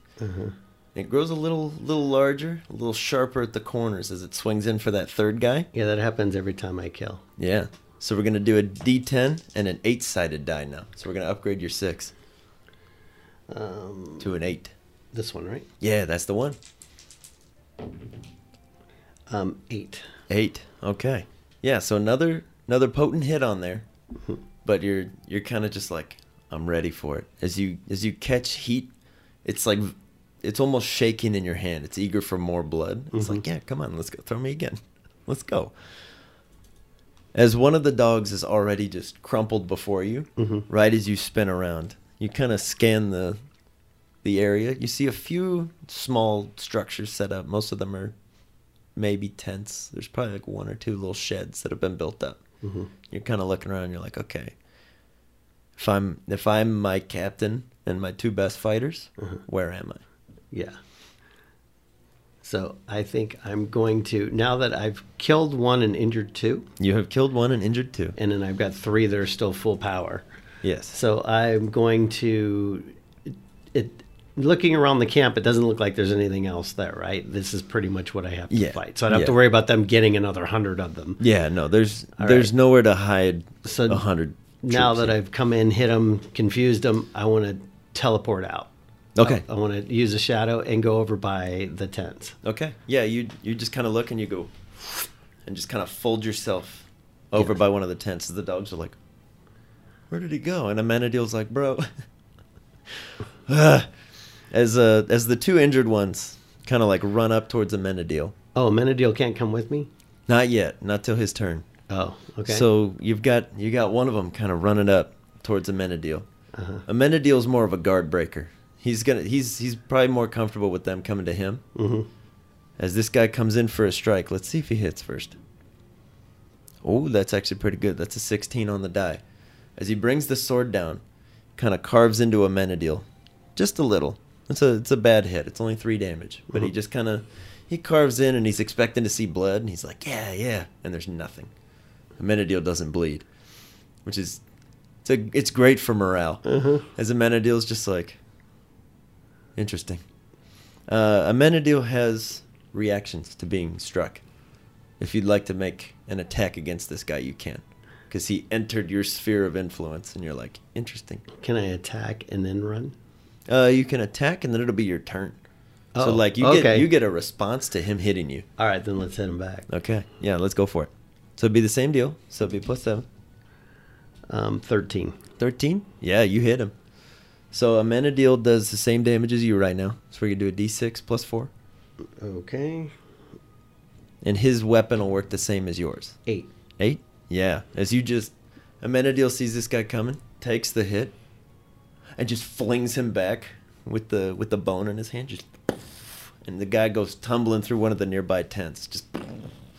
S3: It grows a little little larger, a little sharper at the corners as it swings in for that third guy.
S2: Yeah, that happens every time I kill.
S3: Yeah. So we're gonna do a D10 and an eight-sided die now. So we're gonna upgrade your six
S2: Um,
S3: to an eight.
S2: this one, right?
S3: Yeah, that's the one.
S2: Um, eight.
S3: Eight. Okay. Yeah. So another another potent hit on there, but you're you're kind of just like I'm ready for it. As you as you catch heat, it's like it's almost shaking in your hand. It's eager for more blood. It's like yeah, come on, let's go. Throw me again. (laughs) Let's go. As one of the dogs is already just crumpled before you, right as you spin around, you kind of scan the the area. You see a few small structures set up. Most of them are maybe tents. There's probably like one or two little sheds that have been built up.
S2: Mm-hmm.
S3: You're kind of looking around. You're like, okay, if I'm if I'm my captain and my two best fighters,
S2: Mm-hmm.
S3: where am I?
S2: Yeah. So I think I'm going to, now that I've killed one and injured two,
S3: You have killed one and injured two.
S2: and then I've got three that are still full power.
S3: Yes.
S2: So I'm going to, it, looking around the camp, it doesn't look like there's anything else there, right? This is pretty much what I have to
S3: Yeah.
S2: fight. So I don't have to
S3: Yeah.
S2: worry about them getting another hundred of them.
S3: yeah. No. There's
S2: All
S3: there's
S2: right.
S3: nowhere to hide
S2: So
S3: a hundred.
S2: now
S3: troops
S2: that
S3: here.
S2: I've come in, hit them, confused them, I want to teleport out.
S3: Okay.
S2: I, want to use a shadow and go over by the tents.
S3: Okay. Yeah, you you just kind of look and you go, and just kind of fold yourself over by one of the tents. The dogs are like, where did he go? And Amenadiel's like, bro. (sighs) Ugh. as uh, as the two injured ones kind of like run up towards Amenadiel.
S2: Oh, Menadiel can't come with me.
S3: Not yet, not till his turn.
S2: Oh, okay.
S3: So you've got you got one of them kind of running up towards Amenadiel.
S2: Uh-huh.
S3: Amenadiel's more of a guard breaker. He's gonna he's he's probably more comfortable with them coming to him.
S2: Mhm.
S3: As this guy comes in for a strike, let's see if he hits first. Oh, that's actually pretty good. That's a 16 on the die. As he brings the sword down, kind of carves into Amenadiel, just a little. It's a it's a bad hit. It's only three damage, but he
S2: Mhm.
S3: just kind of he carves in and he's expecting to see blood, and he's like, yeah, yeah, and there's nothing. Amenadiel doesn't bleed, which is it's a, it's great for morale.
S2: Uh-huh.
S3: As Amenadiel's just like interesting. Uh, Amenadiel has reactions to being struck. If you'd like to make an attack against this guy, you can, because he entered your sphere of influence, and you're like interesting.
S2: Can I attack and then run?
S3: Uh, you can attack, and then it'll be your turn. so
S2: Oh,
S3: like you get
S2: okay.
S3: you get a response to him hitting you.
S2: All right, then let's hit him back.
S3: Okay, yeah, let's go for it. So it'd be the same deal. So it'd be plus seven.
S2: Um, thirteen.
S3: 13? Yeah, you hit him. So Amenadiel does the same damage as you right now. So we're going to do a d6 plus 4.
S2: Okay.
S3: And his weapon will work the same as yours.
S2: Eight.
S3: 8? Yeah. As you just. Amenadiel sees this guy coming, takes the hit, and just flings him back with the with the bone in his hand. Just. And the guy goes tumbling through one of the nearby tents. Just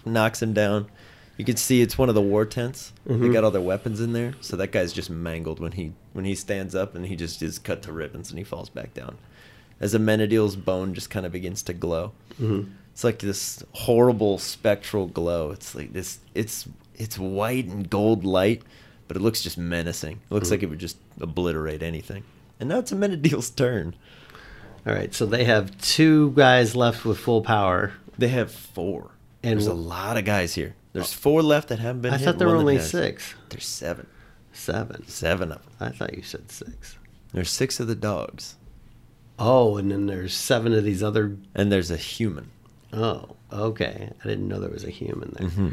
S3: knocks him down. You can see it's one of the war tents. They
S2: Mhm.
S3: got all their weapons in there, so that guy's just mangled when he when he stands up, and he just is cut to ribbons, and he falls back down. As Amenadiel's bone just kind of begins to glow,
S2: Mhm.
S3: it's like this horrible spectral glow. It's like this. It's it's white and gold light, but it looks just menacing. It
S2: Mm-hmm.
S3: looks like it would just obliterate anything. And now it's Amenadiel's turn.
S2: All right. So they have two guys left with full power.
S3: They have four.
S2: And
S3: There's a
S2: w-
S3: lot of guys here. There's four left that haven't been.
S2: I
S3: hit,
S2: thought there
S3: one
S2: were
S3: that
S2: only
S3: has.
S2: six.
S3: There's seven.
S2: Seven.
S3: Seven of them.
S2: I thought you said six.
S3: There's six of the dogs,
S2: Oh, and then there's seven of these other.
S3: and there's a human.
S2: Oh, okay. I didn't know there was a human there.
S3: Mm-hmm.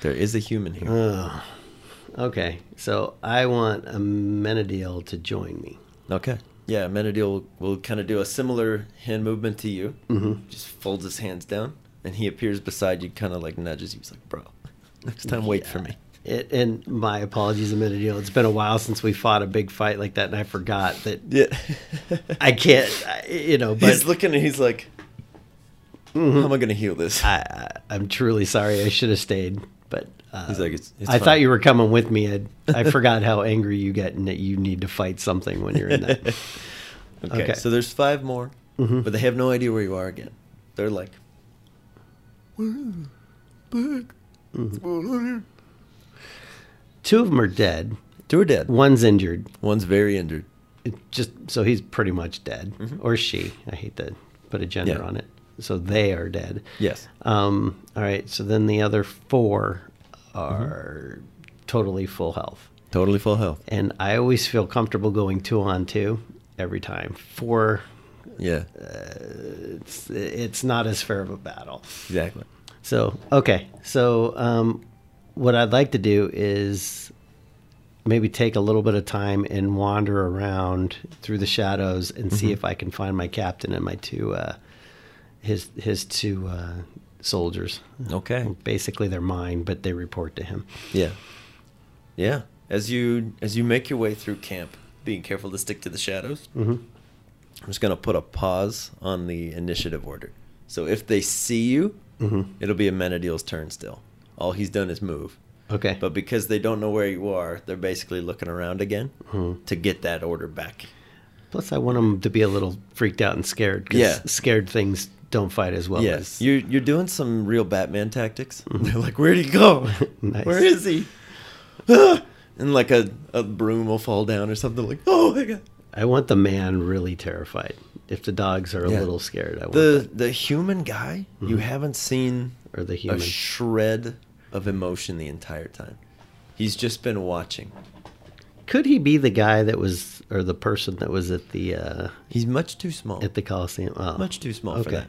S3: There is a human here.
S2: Oh, okay. So I want a Menadiel to join me.
S3: okay. Yeah, Menadiel will, will kind of do a similar hand movement to you. Mm-hmm. Just folds his hands down, and he appears beside you, kind of like nudges you. He's like, "Bro, next time, wait for me."
S2: It, and my apologies, Menadiel. It's been a while since we fought a big fight like that, and I forgot that
S3: Yeah.
S2: I can't. I, you know, but
S3: (laughs) he's looking, and he's like, "How am Mm-hmm. I gonna heal this?"
S2: I, I, I'm truly sorry. I should have stayed. But uh,
S3: He's like, "It's- it's
S2: I
S3: fine."
S2: thought you were coming with me. I, I forgot how angry you get and that you need to fight something when you're in
S3: (laughs)
S2: that.
S3: Okay, Mm-hmm.
S2: Okay.
S3: so there's five more, but they have no idea where you are again. They're like,
S2: Two of them are dead.
S3: two are dead.
S2: One's injured.
S3: One's very injured.
S2: It just so he's pretty much dead, or she. I hate to put a gender
S3: Mm-hmm. Yeah.
S2: on it. So they are dead.
S3: Yes.
S2: Um, all right. So then the other four are
S3: Mm-hmm.
S2: totally full health.
S3: Totally full health.
S2: And I always feel comfortable going two on two every time. Four,
S3: Yeah,
S2: it's, it's not as fair of a battle.
S3: exactly.
S2: So, okay. So, um, what I'd like to do is maybe take a little bit of time and wander around through the shadows and
S3: Mm-hmm.
S2: see if I can find my captain and my two, uh, his, his two, uh, soldiers.
S3: Okay.
S2: Basically, they're mine, but they report to him.
S3: Yeah. Yeah. As you as you make your way through camp, being careful to stick to the shadows. Mm-hmm. I'm just gonna put a pause on the initiative order. So if they see you, it'll be Amenadiel's turn still. All he's done is move.
S2: Okay.
S3: But because they don't know where you are, they're basically looking around again to get that order back.
S2: Plus, I want them to be a little freaked out and scared. 'cause
S3: Yeah.
S2: Scared things don't fight as well
S3: Yes,
S2: as.
S3: you're you're doing some real Batman tactics. They're (laughs) like, "Where'd he go?
S2: Mm-hmm. (laughs) Nice.
S3: Where is he?" (sighs) Ah! and like a, a broom will fall down or something. Like, oh my god!
S2: I want the man really terrified. If the dogs are a
S3: Yeah.
S2: little scared, I want
S3: The the human guy, you haven't seen
S2: that. Mm-hmm. or the
S3: a
S2: human.
S3: shred of emotion the entire time. He's just been watching.
S2: Could he be the guy that was, or the person that was at the uh,
S3: He's much too small.
S2: at the Coliseum? Oh.
S3: Much too small for that.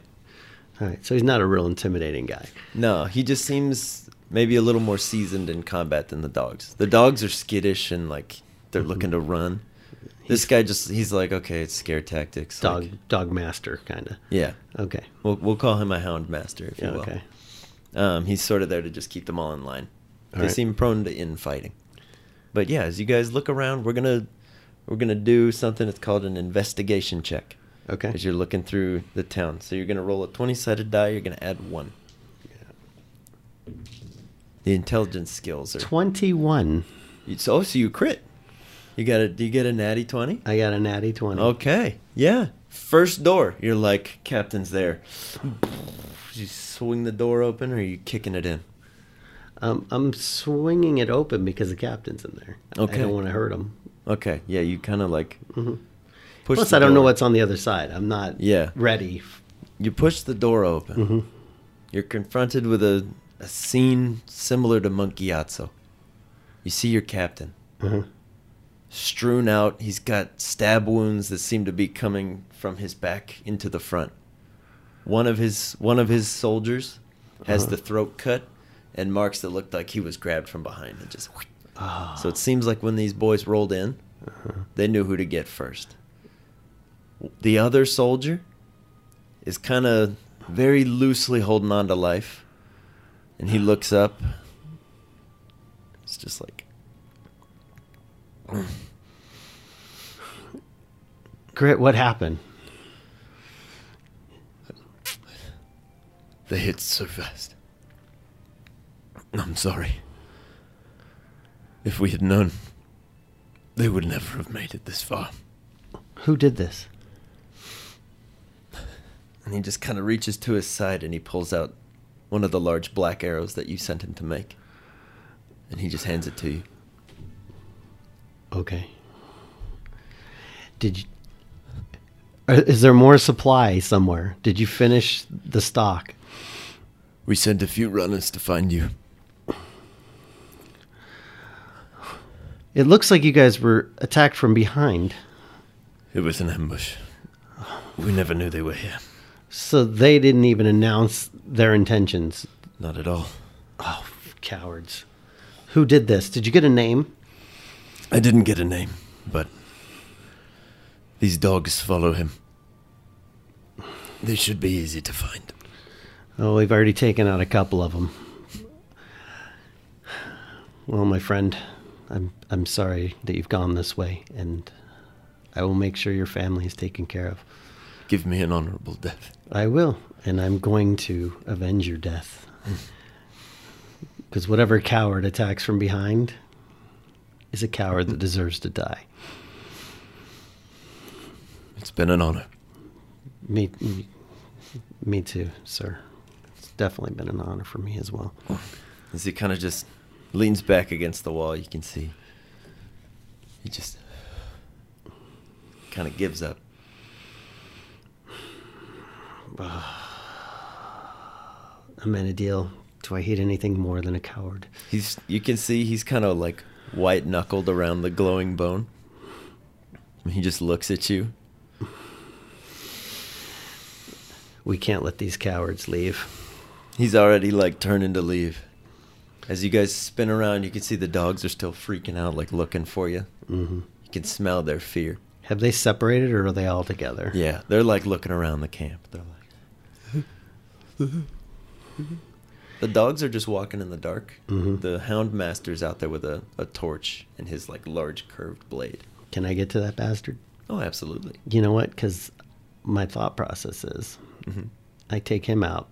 S2: All right, so he's not a real intimidating guy.
S3: No, he just seems maybe a little more seasoned in combat than the dogs. The dogs are skittish and like They're
S2: Mm-hmm.
S3: looking to run. This guy just he's like, okay, it's scare tactics.
S2: Dog
S3: like-
S2: dog master kind of.
S3: yeah.
S2: Okay.
S3: We'll we'll call him a hound master if you
S2: Yeah,
S3: will.
S2: okay.
S3: Um, he's sort of there to just keep them all in line.
S2: All
S3: they
S2: right.
S3: seem prone to infighting. But yeah, as you guys look around, we're gonna we're gonna do something that's called an investigation check.
S2: Okay.
S3: As you're looking through the town, so you're gonna roll a twenty-sided die. You're gonna add one. The intelligence skills are
S2: 21.
S3: You- So, so you crit. You got a. Do you get a natty twenty?
S2: I got a natty 20.
S3: Okay. Yeah. First door. You're like captain's there. You swing the door open, or are you kicking it in?
S2: Um, I'm swinging it open because the captain's in there. I
S3: Okay.
S2: don't want to hurt him.
S3: Okay. Yeah. You kind of like push.
S2: Mm-hmm. Plus,
S3: the
S2: I don't know
S3: door-
S2: what's on the other side. I'm not
S3: Yeah.
S2: ready.
S3: You push the door open. You're confronted with a, a scene similar to Monkeyazzo. You see your captain strewn out. He's got stab wounds that seem to be coming from his back into the front. One of his one of his soldiers has the throat cut and marks that looked like he was grabbed from behind and just. So it seems like when these boys rolled in, they knew who to get first. The other soldier is kind of very loosely holding on to life. And he looks up. It's just like,
S2: Grit, what happened?
S3: they hit so fast. I'm sorry. If we had known, they would never have made it this far.
S2: Who did this?
S3: And he just kind of reaches to his side and he pulls out one of the large black arrows that you sent him to make. And he just hands it to you.
S2: Okay. Did you. Are- Is there more supply somewhere? Did you finish the stock?
S3: We sent a few runners to find you.
S2: It looks like you guys were attacked from behind.
S3: It was an ambush. We never knew they were here.
S2: So they didn't even announce their intentions.
S3: Not at all.
S2: Oh, cowards. Who did this? Did you get a name?
S3: I didn't get a name, but these dogs follow him. They should be easy to find.
S2: Oh, we've already taken out a couple of them. Well, my friend, I'm I'm sorry that you've gone this way, and I will make sure your family is taken care of.
S3: Give me an honorable death.
S2: I will, and I'm going to avenge your death. Because whatever coward attacks from behind is a coward that deserves to die.
S3: It's been an honor.
S2: Me, me, me too, sir. It's definitely been an honor for me as well.
S3: As he kind of just leans back against the wall, you can see. He just kind of gives up.
S2: I'm in a deal. Do I hate anything more than a coward?
S3: He's you can see he's kind of like white knuckled around the glowing bone. He just looks at you.
S2: We can't let these cowards leave.
S3: He's already like turning to leave. As you guys spin around, you can see the dogs are still freaking out, like looking for you. Mm-hmm. You can smell their fear.
S2: Have they separated or are they all together?
S3: Yeah, they're like looking around the camp. They're like, the dogs are just walking in the dark. The hound master's out there with a, a torch and his like large curved blade.
S2: Can I get to that bastard?
S3: Oh, absolutely.
S2: You know what? Because my thought process is
S3: Mm-hmm.
S2: I take him out.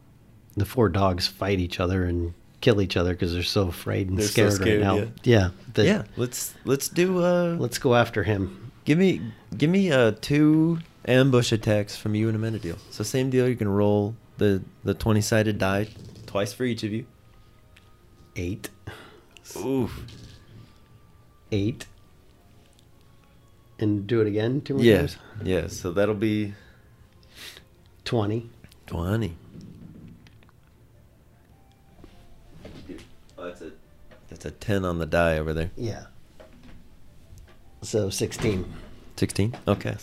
S2: The four dogs fight each other and kill each other because they're so afraid and
S3: They're so
S2: scared,
S3: scared,
S2: right now.
S3: yeah.
S2: yeah. that-
S3: yeah, let's let's do. Uh,
S2: Let's go after him.
S3: Give me give me uh two ambush attacks from you and Amanda deal. So same deal, you can roll the the twenty sided die twice for each of you.
S2: Eight.
S3: Ooh.
S2: Eight. And do it again two more
S3: Yeah.
S2: times?
S3: Yeah, so that'll be
S2: 20.
S3: twenty. Oh, that's a that's a ten on the die over there.
S2: Yeah. So 16.
S3: Sixteen? Okay.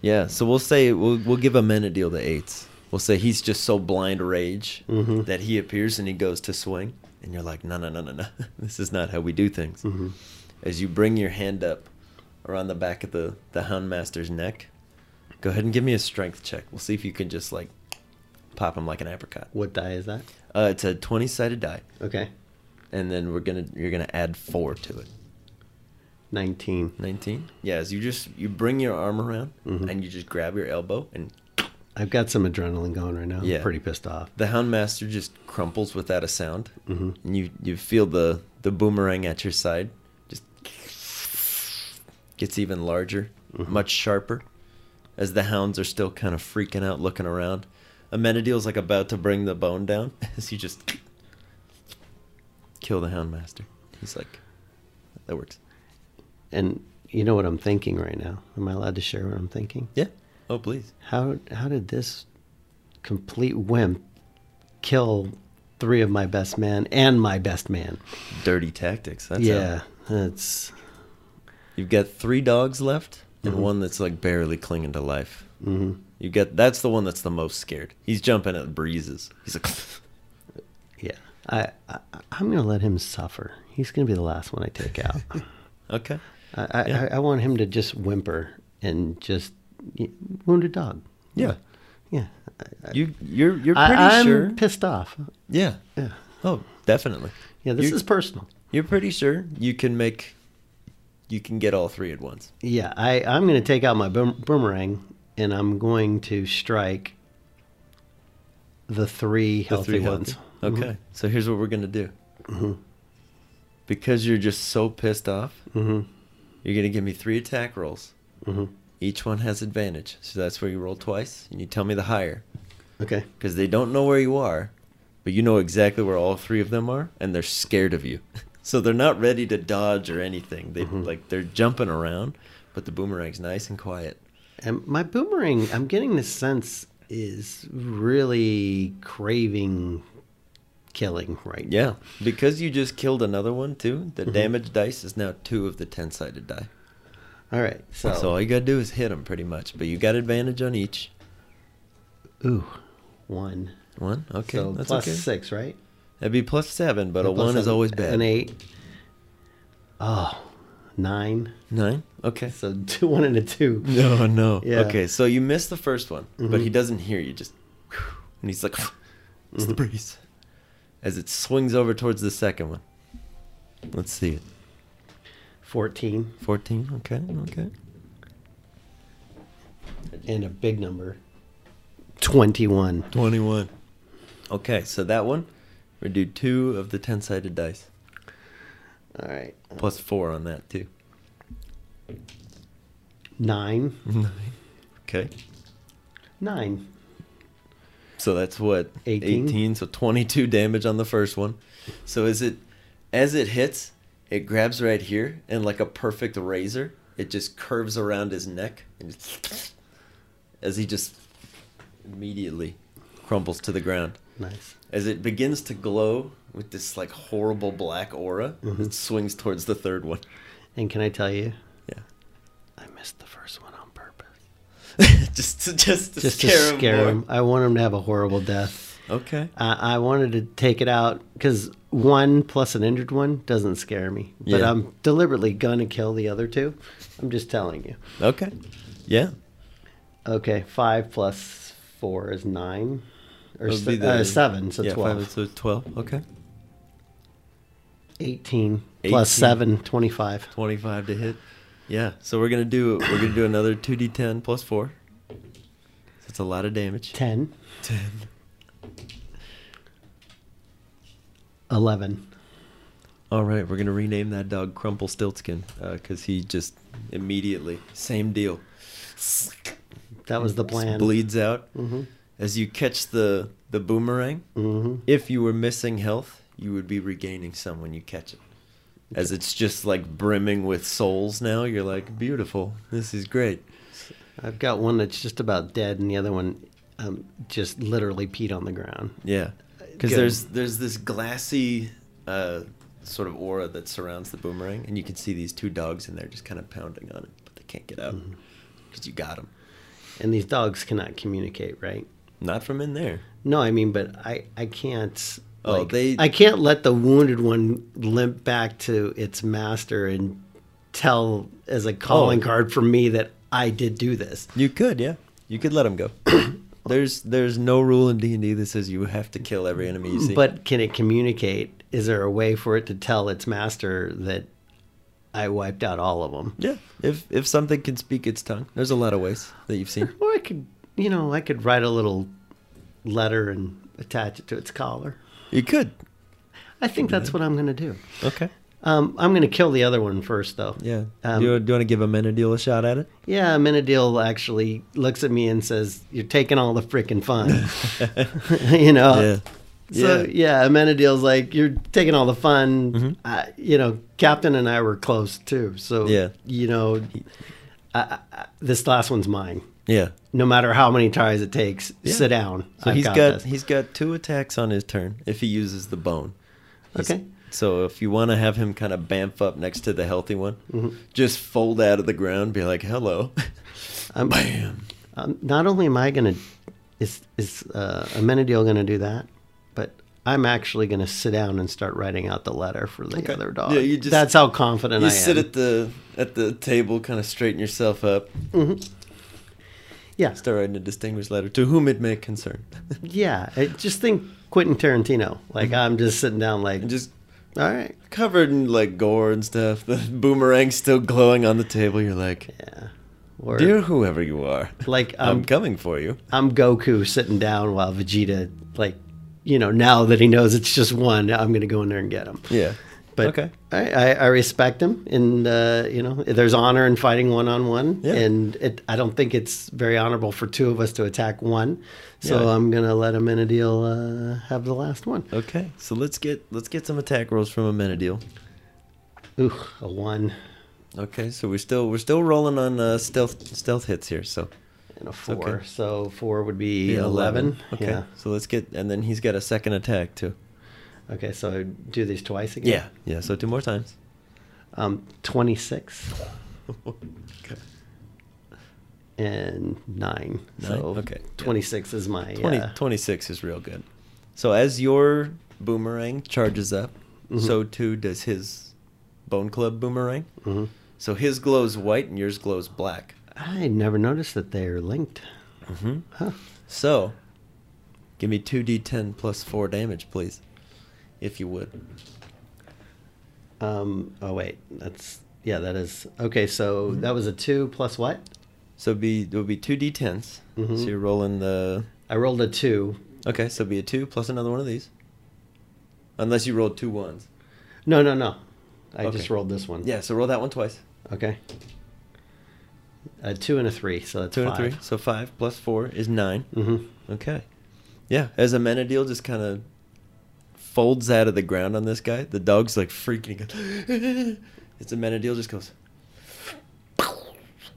S3: Yeah, so we'll say we'll we'll give Amanda deal the eights. We'll say he's just so blind rage
S2: Mhm.
S3: that he appears and he goes to (laughs) swing, and you're like, no, no, no, no, no, this is not how we do things. As you bring your hand up, around the back of the, the Houndmaster's neck. Go ahead and give me a strength check. We'll see if you can just like pop him like an apricot.
S2: What die is that?
S3: Uh, it's a twenty sided die,
S2: Okay.
S3: and then we're gonna you're gonna add four to it.
S2: 19.
S3: Nineteen. Yeah, as you just you bring your arm around and you just grab your elbow, and
S2: I've got some adrenaline going right now. I'm
S3: Yeah.
S2: pretty pissed off.
S3: the Houndmaster just crumples without a sound. Mm-hmm. And you you feel the the boomerang at your side just gets even larger, much sharper, as the hounds are still kind of freaking out, looking around. Amenadiel's like about to bring the bone down (laughs) as you just kill the Houndmaster. He's like, that works.
S2: And you know what I'm thinking right now? Am I allowed to share what I'm thinking?
S3: Yeah. Oh please.
S2: How how did this complete wimp kill three of my best men and my best man?
S3: Dirty tactics. That's how-
S2: yeah, that's
S3: You've got three dogs left and
S2: Mm-hmm.
S3: one that's like barely clinging to life. Mm-hmm. You got that's the one that's the most scared. He's jumping at breezes. He's like, (laughs)
S2: yeah. I, I I'm gonna let him suffer. He's gonna be the last one I take
S3: (laughs)
S2: out.
S3: okay,
S2: I, I,
S3: Yeah.
S2: I I want him to just whimper and just y- wounded dog.
S3: yeah.
S2: Yeah,
S3: You you're you're pretty
S2: I, I'm
S3: sure.
S2: pissed off.
S3: yeah.
S2: Yeah,
S3: Oh, definitely.
S2: yeah. This
S3: You-
S2: is personal.
S3: You're pretty sure you can make, you can get all three at once.
S2: Yeah, I, I'm going to take out my boom, boomerang and I'm going to strike the three
S3: the
S2: healthy
S3: three
S2: ones.
S3: ones. Okay, so here's what we're gonna do. Because you're just so pissed off, you're gonna give me three attack rolls. Each one has advantage, so that's where you roll twice, and you tell me the higher.
S2: Okay.
S3: Because they don't know where you are, but you know exactly where all three of them are, and they're scared of you. (laughs) So they're not ready to dodge or anything. They like they're jumping around, but the boomerang's nice and quiet.
S2: And my boomerang, I'm getting this sense is really craving killing right now.
S3: Yeah, because you just killed another one too. The damage dice is now two of the ten-sided die.
S2: All right. So,
S3: So all you gotta do is hit them pretty much, but you got advantage on each
S2: ooh, one.
S3: one. Okay,
S2: so
S3: that's
S2: plus
S3: okay.
S2: six, right?
S3: That'd be plus seven, but a
S2: Plus
S3: one is
S2: an-
S3: always bad.
S2: An eight. Oh, nine.
S3: Nine. Okay.
S2: So (laughs) two, one and a two.
S3: (laughs) No, no.
S2: Yeah. Mm-hmm.
S3: Okay, so you missed the first one, but he doesn't hear you. Just (sighs) and he's like, it's
S2: Mm-hmm.
S3: the breeze, as it swings over towards the second one. Let's see it.
S2: 14
S3: Fourteen. Okay. Okay.
S2: and a big number. 21.
S3: 21. Okay, so that one, we do two of the 10 sided dice,
S2: All right.
S3: plus four on that, too.
S2: Nine.
S3: Okay,
S2: Nine.
S3: so that's what?
S2: 18.
S3: 18, so 22 damage on the first one. So is it, as it hits, it grabs right here, and like a perfect razor, it just curves around his neck, and just- as he just immediately crumbles to the ground.
S2: Nice.
S3: as it begins to glow with this like horrible black aura
S2: Mm-hmm.
S3: it swings towards the third one
S2: And can I tell you,
S3: yeah (laughs)
S2: I missed the first one on purpose.
S3: just to just to
S2: Just
S3: scare,
S2: to scare
S3: him,
S2: him. I want him to have a horrible death.
S3: more. okay
S2: I, I wanted to take it out because one plus an injured one doesn't scare me. But
S3: Yeah.
S2: I'm deliberately going to kill the other two. I'm just telling you.
S3: okay yeah
S2: Okay. Five plus four is nine. Or
S3: That would
S2: se-
S3: be the-
S2: uh, seven, so
S3: yeah,
S2: 12.
S3: five, so 12 okay
S2: 18, plus
S3: 18.
S2: 7, 25.
S3: 25 to hit yeah so we're gonna do we're gonna do another 2d10 plus 4 that's a lot of damage
S2: 10,
S3: 10
S2: 11.
S3: all right we're gonna rename that dog crumplestiltskin because he just immediately same deal
S2: That was the plan.
S3: bleeds out as you catch the the boomerang. If you were missing health, you would be regaining some when you catch it. As it's just like brimming with souls now, you're like, beautiful. This is great.
S2: I've got one that's just about dead, and the other one um, just literally peed on the ground.
S3: Yeah, because
S2: Good.
S3: there's there's this glassy uh, sort of aura that surrounds the boomerang, and you can see these two dogs in there just kind of pounding on it, but they can't get out because you got them.
S2: And these dogs cannot communicate, right?
S3: Not from in there.
S2: No, I mean, but I I can't.
S3: Oh,
S2: like,
S3: they-
S2: I can't let the wounded one limp back to its master and tell as a calling
S3: Oh.
S2: card for me that I did do this.
S3: You could, yeah. You could let him (coughs) go. there's there's no rule in D and D that says you have to kill every enemy you see.
S2: But can it communicate? Is there a way for it to tell its master that I wiped out all of them?
S3: yeah, if if something can speak its tongue, there's a lot of ways that you've seen.
S2: Or I could, you know, I could write a little letter and attach it to its collar.
S3: You could.
S2: I think that's what I'm going to do.
S3: Okay.
S2: Um, I'm going to kill the other one first, though.
S3: Yeah.
S2: Um,
S3: do, you, do you want to give a Menadil a shot at it?
S2: Yeah, Minadil actually looks at me and says, "You're taking all the freaking
S3: (laughs)
S2: fun." (laughs) you
S3: Uh,
S2: know. So yeah, Amenadiel's like, "You're taking all the fun."
S3: Mm-hmm.
S2: I, you know, Captain and I were close too. So
S3: Yeah.
S2: you know, I, I, this last one's mine.
S3: Yeah.
S2: No matter how many tries it takes,
S3: Yeah.
S2: sit down.
S3: So
S2: I've
S3: he's got,
S2: this.
S3: he's got two attacks on his turn if he uses the bone. He's-
S2: Okay.
S3: So if you want to have him kind of bamf up next to the healthy one,
S2: Mm-hmm.
S3: just fold out of the ground, be like,
S2: (laughs)
S3: "Hello."
S2: I'm,
S3: Bam.
S2: um, not only am I gonna is is uh, Amenadiel gonna do that, but I'm actually gonna sit down and start writing out the letter for the
S3: Okay.
S2: other dog.
S3: Yeah, you just-
S2: That's how confident
S3: You
S2: I
S3: sit
S2: am.
S3: at the at the table, kind of straighten yourself up,
S2: yeah,
S3: start writing a distinguished letter to whom it may concern, (laughs)
S2: yeah. I just think Quentin Tarantino. Like I'm just sitting down, like
S3: Mm-hmm. and just
S2: all right,
S3: covered in like gore and stuff. The (laughs) boomerang still glowing on the table. You're like,
S2: yeah. Or
S3: "Dear whoever you are,
S2: like
S3: I'm
S2: I'm
S3: coming for
S2: (laughs)
S3: you."
S2: I'm Goku sitting down while Vegeta like. You know, now that he knows it's just one, I'm going to go in there and get him.
S3: Yeah.
S2: But
S3: okay.
S2: I, I, I respect him, and uh, you know, there's honor in fighting one on one,
S3: Yeah.
S2: and it, I don't think it's very honorable for two of us to attack one. So
S3: Yeah. Oh.
S2: I'm gonna let him in a deal uh, have the last one.
S3: Okay, so let's get let's get some attack rolls from a Menadil.
S2: Ooh, a one
S3: Okay, so we're still we're still rolling on uh, stealth stealth hits here. So
S2: and a four.
S3: okay.
S2: So four would be
S3: Yeah,
S2: eleven.
S3: Okay,
S2: Yeah.
S3: so let's get and then he's got a second attack too.
S2: Okay, so I do these twice again.
S3: yeah. So two more times.
S2: Um, twenty six
S3: (laughs) okay.
S2: and nine. So
S3: Okay, yeah.
S2: twenty six is my
S3: 20,
S2: uh,
S3: 26 is real good. So as your boomerang charges up, so too does his bone club boomerang.
S2: mhm.
S3: So his glows white and yours glows black.
S2: I never noticed that they're linked.
S3: Mm-hmm.
S2: Huh.
S3: So, give me 2d10 plus 4 damage, please. If you would.
S2: Um, oh wait, that's yeah, that is okay. So
S3: Mm-hmm.
S2: that was a two plus what?
S3: So it'd be, it would be 2d10s. So
S2: Mhm.
S3: you're rolling the.
S2: I rolled a two.
S3: Okay, so it'd be a 2 plus another one of these. Unless you rolled two ones.
S2: No, no, no. I
S3: Okay.
S2: just rolled this one.
S3: Yeah, so roll that one twice.
S2: Okay. A two and a three, so that's
S3: Two
S2: five.
S3: and a three. So 5 plus 4 is 9.
S2: Mm-hmm.
S3: Okay. Yeah, as a Menadil just kind of folds out of the ground on this guy, the dog's like freaking. out. (laughs) it's a Menadil just goes.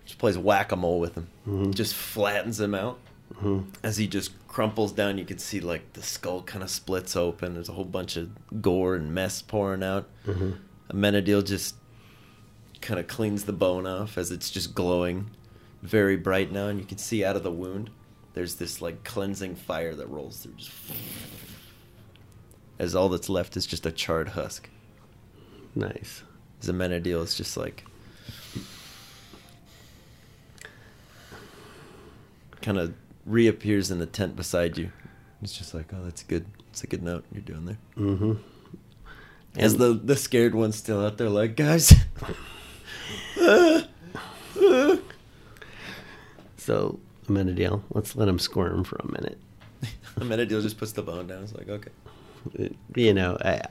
S3: Just plays whack a mole with him. Just flattens him out. As he just crumples down, you can see like the skull kind of splits open. There's a whole bunch of gore and mess pouring out. A Menadil just kind of cleans the bone off as it's just glowing very bright now, and you can see out of the wound there's this like cleansing fire that rolls through, just as all that's left is just a charred husk.
S2: Nice.
S3: Zemenadil is just like kind of reappears in the tent beside you. It's just like, oh, that's good. It's a good note you're doing there.
S2: Mm-hmm.
S3: As the the scared one's still out there, like guys. (laughs)
S2: So I'm in a deal. Let's let him squirm for a minute.
S3: Amenadiel just puts the bone down. It's like, okay.
S2: You know, I,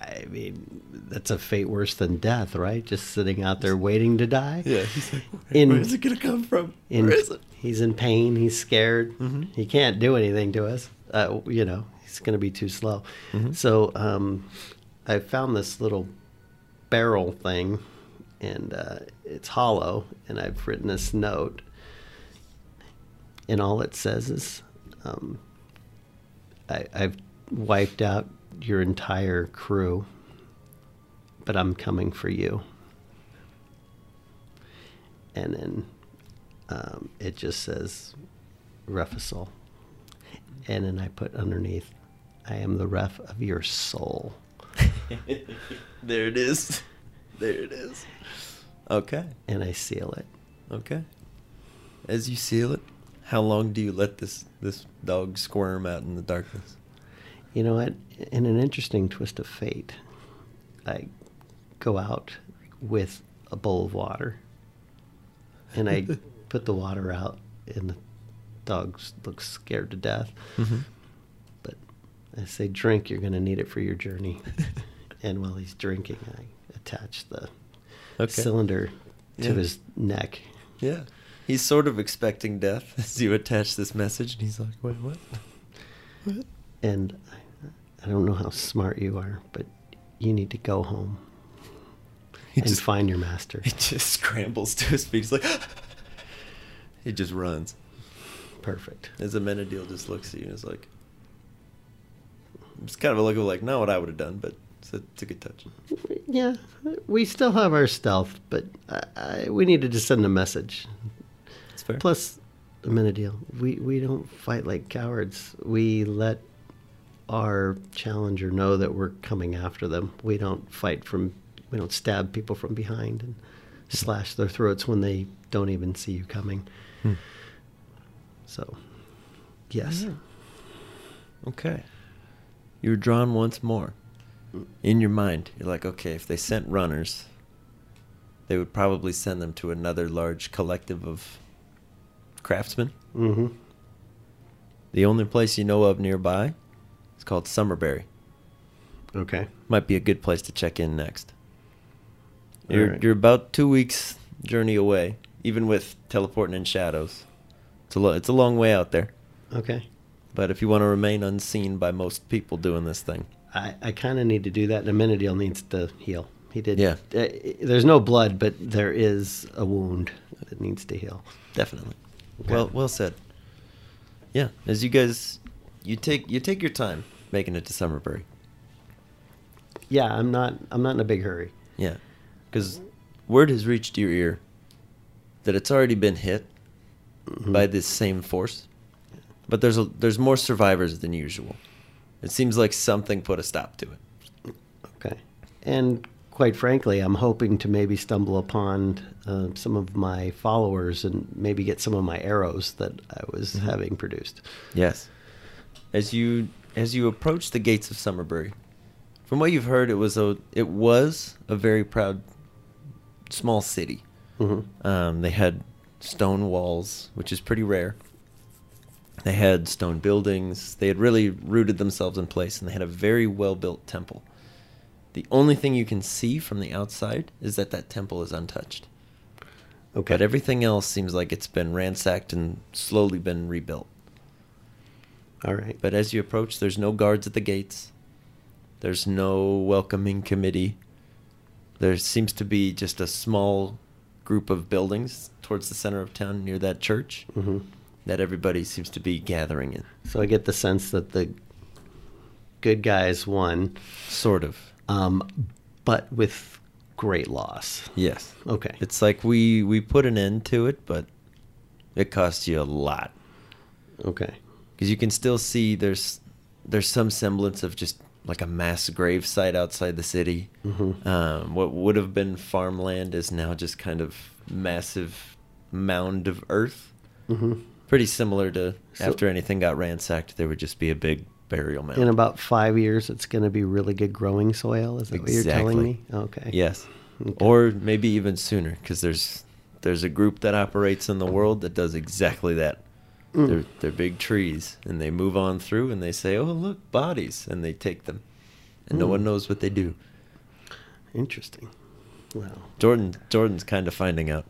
S2: I mean, that's a fate worse than death, right? Just sitting out there waiting to die.
S3: Yeah. He's like,
S2: In-
S3: where's it gonna come from?
S2: in,
S3: Where (laughs) is it? Mm-hmm.
S2: He's in pain. He's scared. He can't do anything to us. Uh, you know, he's going to be too slow.
S3: Mm-hmm.
S2: So um, I found this little barrel thing, and uh, it's hollow. And I've written this note, and all it says is, um, I, "I've wiped out your entire crew, but I'm coming for you." and then um, it just says Refusol. And then I put underneath, I am the ref of your soul.
S3: there it is. There it is. Okay.
S2: and I seal it.
S3: Okay. As you seal it, how long do you let this this dog squirm out in the darkness?
S2: You know what? In an interesting twist of fate, I go out with a bowl of water and I put the water out, and the dog s- looks scared to death.
S3: Mm-hmm.
S2: But I say, Drink, you're going to need it for your journey. and while he's drinking, I attach the
S3: (laughs) Okay.
S2: cylinder to
S3: Yeah.
S2: his neck.
S3: Yeah. He's sort of expecting death (laughs) as you attach this message, and he's like, "Wait, what? (laughs) What?
S2: And I, I don't know how smart you are, but you need to go home
S3: He
S2: and
S3: just-
S2: find your master.
S3: (laughs) He just scrambles to his feet. He's like, (gasps) he just runs.
S2: Perfect.
S3: As Amenadiel just looks at you and is like, it's kind of a look of like, not what I would have done, but it's a, it's a good touch.
S2: Yeah, we still have our stealth, but I, I, we needed to send a message.
S3: It's fair.
S2: Plus, a minute deal. We we don't fight like cowards. We let our challenger know that we're coming after them. We don't fight from. We don't stab people from behind and slash their throats when they don't even see you coming. So, yes.
S3: Okay. You're drawn once more. In your mind, you're like, okay, if they sent runners, they would probably send them to another large collective of craftsmen.
S2: hmm
S3: The only place you know of nearby is called Summerberry.
S2: Okay.
S3: Might be a good place to check in next.
S2: All
S3: You're,
S2: right.
S3: you're about two weeks journey away, even with teleporting in shadows. It's a, lo- it's a long way out there.
S2: Okay.
S3: But if you want to remain unseen by most people doing this thing,
S2: I, I kind of need to do that. And Amenadiel needs to heal. He did.
S3: Yeah.
S2: Uh, there's no blood, but there is a wound that needs to heal.
S3: Definitely.
S2: Okay.
S3: Well, well said. Yeah, as you guys, you take you take your time making it to Summerbury.
S2: Yeah, I'm not. I'm not in a big hurry.
S3: Yeah, because word has reached your ear that it's already been hit by this same force, but there's a, there's more survivors than usual. It seems like something put a stop to it.
S2: Okay. And quite frankly, I'm hoping to maybe stumble upon uh, some of my followers and maybe get some of my arrows that I was having produced.
S3: Yes. As you as you approach the gates of Summerbury, from what you've heard, it was a it was a very proud small city.
S2: hmm
S3: Um, they had stone walls, which is pretty rare. They had stone buildings. They had really rooted themselves in place, and they had a very well built temple. The only thing you can see from the outside is that that temple is untouched.
S2: Okay.
S3: But everything else seems like it's been ransacked and slowly been rebuilt.
S2: All right.
S3: But as you approach, there's no guards at the gates. There's no welcoming committee. There seems to be just a small group of buildings towards the center of town near that church
S2: hmm
S3: that everybody seems to be gathering in.
S2: So I get the sense that the good guys won,
S3: Sort of.
S2: um, but with great loss.
S3: Yes.
S2: Okay.
S3: It's like we we put an end to it, but it costs you a lot.
S2: Okay.
S3: because you can still see there's there's some semblance of just like a mass grave site outside the city. Um, what would have been farmland is now just kind of massive mound of earth.
S2: hmm
S3: Pretty similar to
S2: So-
S3: after anything got ransacked, there would just be a big burial mound.
S2: In about five years, it's going to be really good growing soil. Is that what you're telling me? Okay.
S3: Yes, or maybe even sooner because there's there's a group that operates in the world that does exactly that.
S2: Mm.
S3: They're they're big trees and they move on through and they say, "Oh look, bodies," and they take them, and
S2: Mm.
S3: no one knows what they do.
S2: Interesting. Wow.
S3: Jordan Jordan's kind of finding out.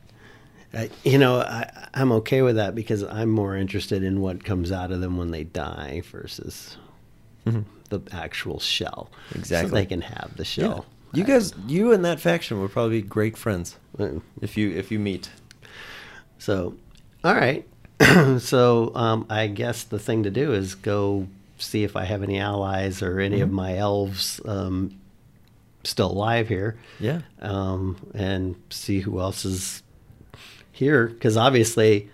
S2: I, you know, I, I'm okay with that because I'm more interested in what comes out of them when they die versus the actual shell.
S3: Exactly.
S2: So they can have the shell.
S3: you guys, you and that faction would probably be great friends
S2: Mm.
S3: if you if you meet.
S2: So, all right. (clears throat) so, um, I guess the thing to do is go see if I have any allies or any of my elves um, still alive here.
S3: Yeah.
S2: um, and see who else is here because obviously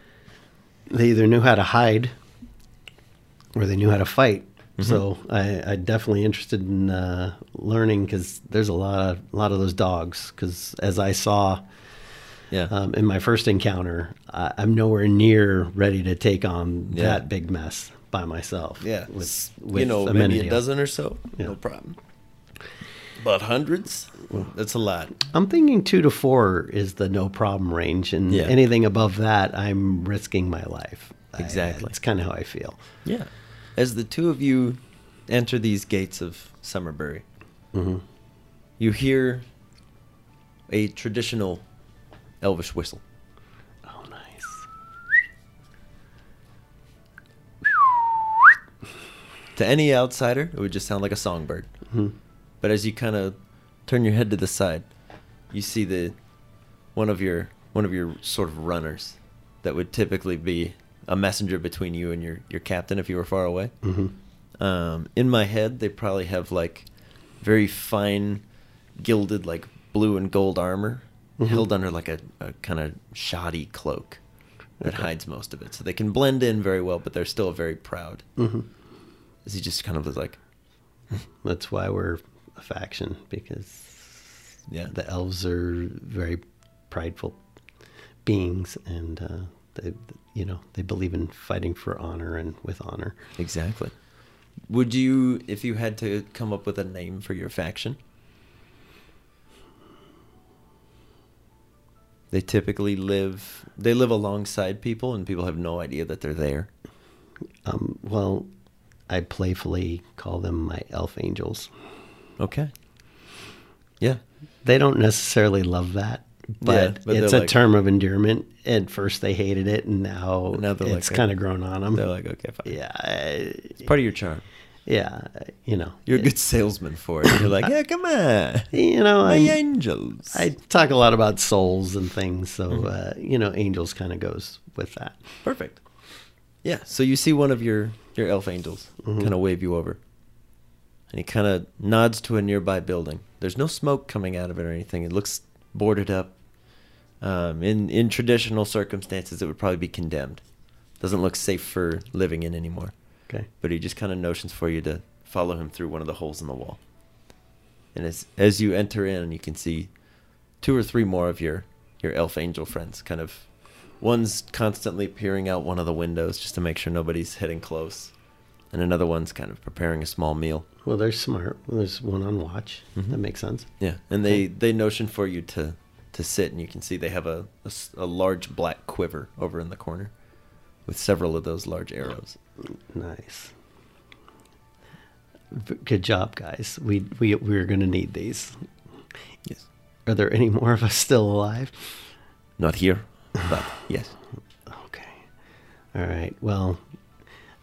S2: they either knew how to hide or they knew how to fight.
S3: Mm-hmm.
S2: So I, I definitely interested in uh, learning because there's a lot of lot of those dogs. Because as I saw
S3: Yeah.
S2: Um, in my first encounter, I, I'm nowhere near ready to take on
S3: Yeah.
S2: that big mess by myself.
S3: Yeah,
S2: With,
S3: s-
S2: with
S3: you know,
S2: a
S3: maybe
S2: minute.
S3: a dozen or so,
S2: Yeah.
S3: no problem. But hundreds, that's a lot.
S2: I'm thinking two to four is the no problem range, and
S3: Yeah.
S2: anything above that, I'm risking my life. I-
S3: Exactly.
S2: That's kind of how I feel.
S3: Yeah. As the two of you enter these gates of Summerbury, you hear a traditional Elvish whistle.
S2: Oh, nice.
S3: To any outsider, it would just sound like a songbird. But as you kind of turn your head to the side, you see the one of your one of your sort of runners that would typically be a messenger between you and your your captain if you were far away. Um, in my head, they probably have like very fine gilded like blue and gold armor held under like a, a kind of shoddy cloak that hides most of it so they can blend in very well but they're still very proud is he just kind of was like
S2: That's why we're a faction because
S3: yeah
S2: the elves are very prideful beings, and uh, they, you know, they believe in fighting for honor and with honor.
S3: exactly would you if you had to come up with a name for your faction they typically live they live alongside people and people have no idea that they're there
S2: Um, well, I playfully call them my elf angels.
S3: okay yeah
S2: They don't necessarily love that, but,
S3: Yeah, but
S2: it's a
S3: they're like-
S2: term of endearment. At first, they hated it, and now,
S3: Now they're like
S2: it's
S3: that.
S2: kind of grown on them.
S3: they're like okay fine
S2: yeah, I-
S3: It's part of your charm.
S2: yeah, you know,
S3: You're a good salesman for it. You're like, yeah, come
S2: (laughs)
S3: on,
S2: you know,
S3: my
S2: I'm-
S3: angels.
S2: I talk a lot about souls and things, so
S3: Mm-hmm.
S2: uh, you know, angels kind of goes with that.
S3: Perfect. Yeah. So you see one of your your elf angels kind of wave you over, and he kind of nods to a nearby building. There's no smoke coming out of it or anything. It looks boarded up. Um, in in traditional circumstances, it would probably be condemned. Doesn't look safe for living in anymore.
S2: Okay.
S3: but he just kind of notions for you to follow him through one of the holes in the wall. And as as you enter in, you can see two or three more of your your elf angel friends. Kind of, one's constantly peering out one of the windows just to make sure nobody's heading close, and another one's kind of preparing a small meal.
S2: Well, they're smart. Well, there's one on watch.
S3: Mm-hmm.
S2: That makes sense.
S3: Yeah, and they they notion for you to to sit, and you can see they have a a s a a large black quiver over in the corner, with several of those large arrows.
S2: Nice. V- Good job, guys. We we we're gonna need these.
S3: Yes.
S2: Are there any more of us still alive?
S3: Not here, (laughs) but yes.
S2: Okay. All right. Well,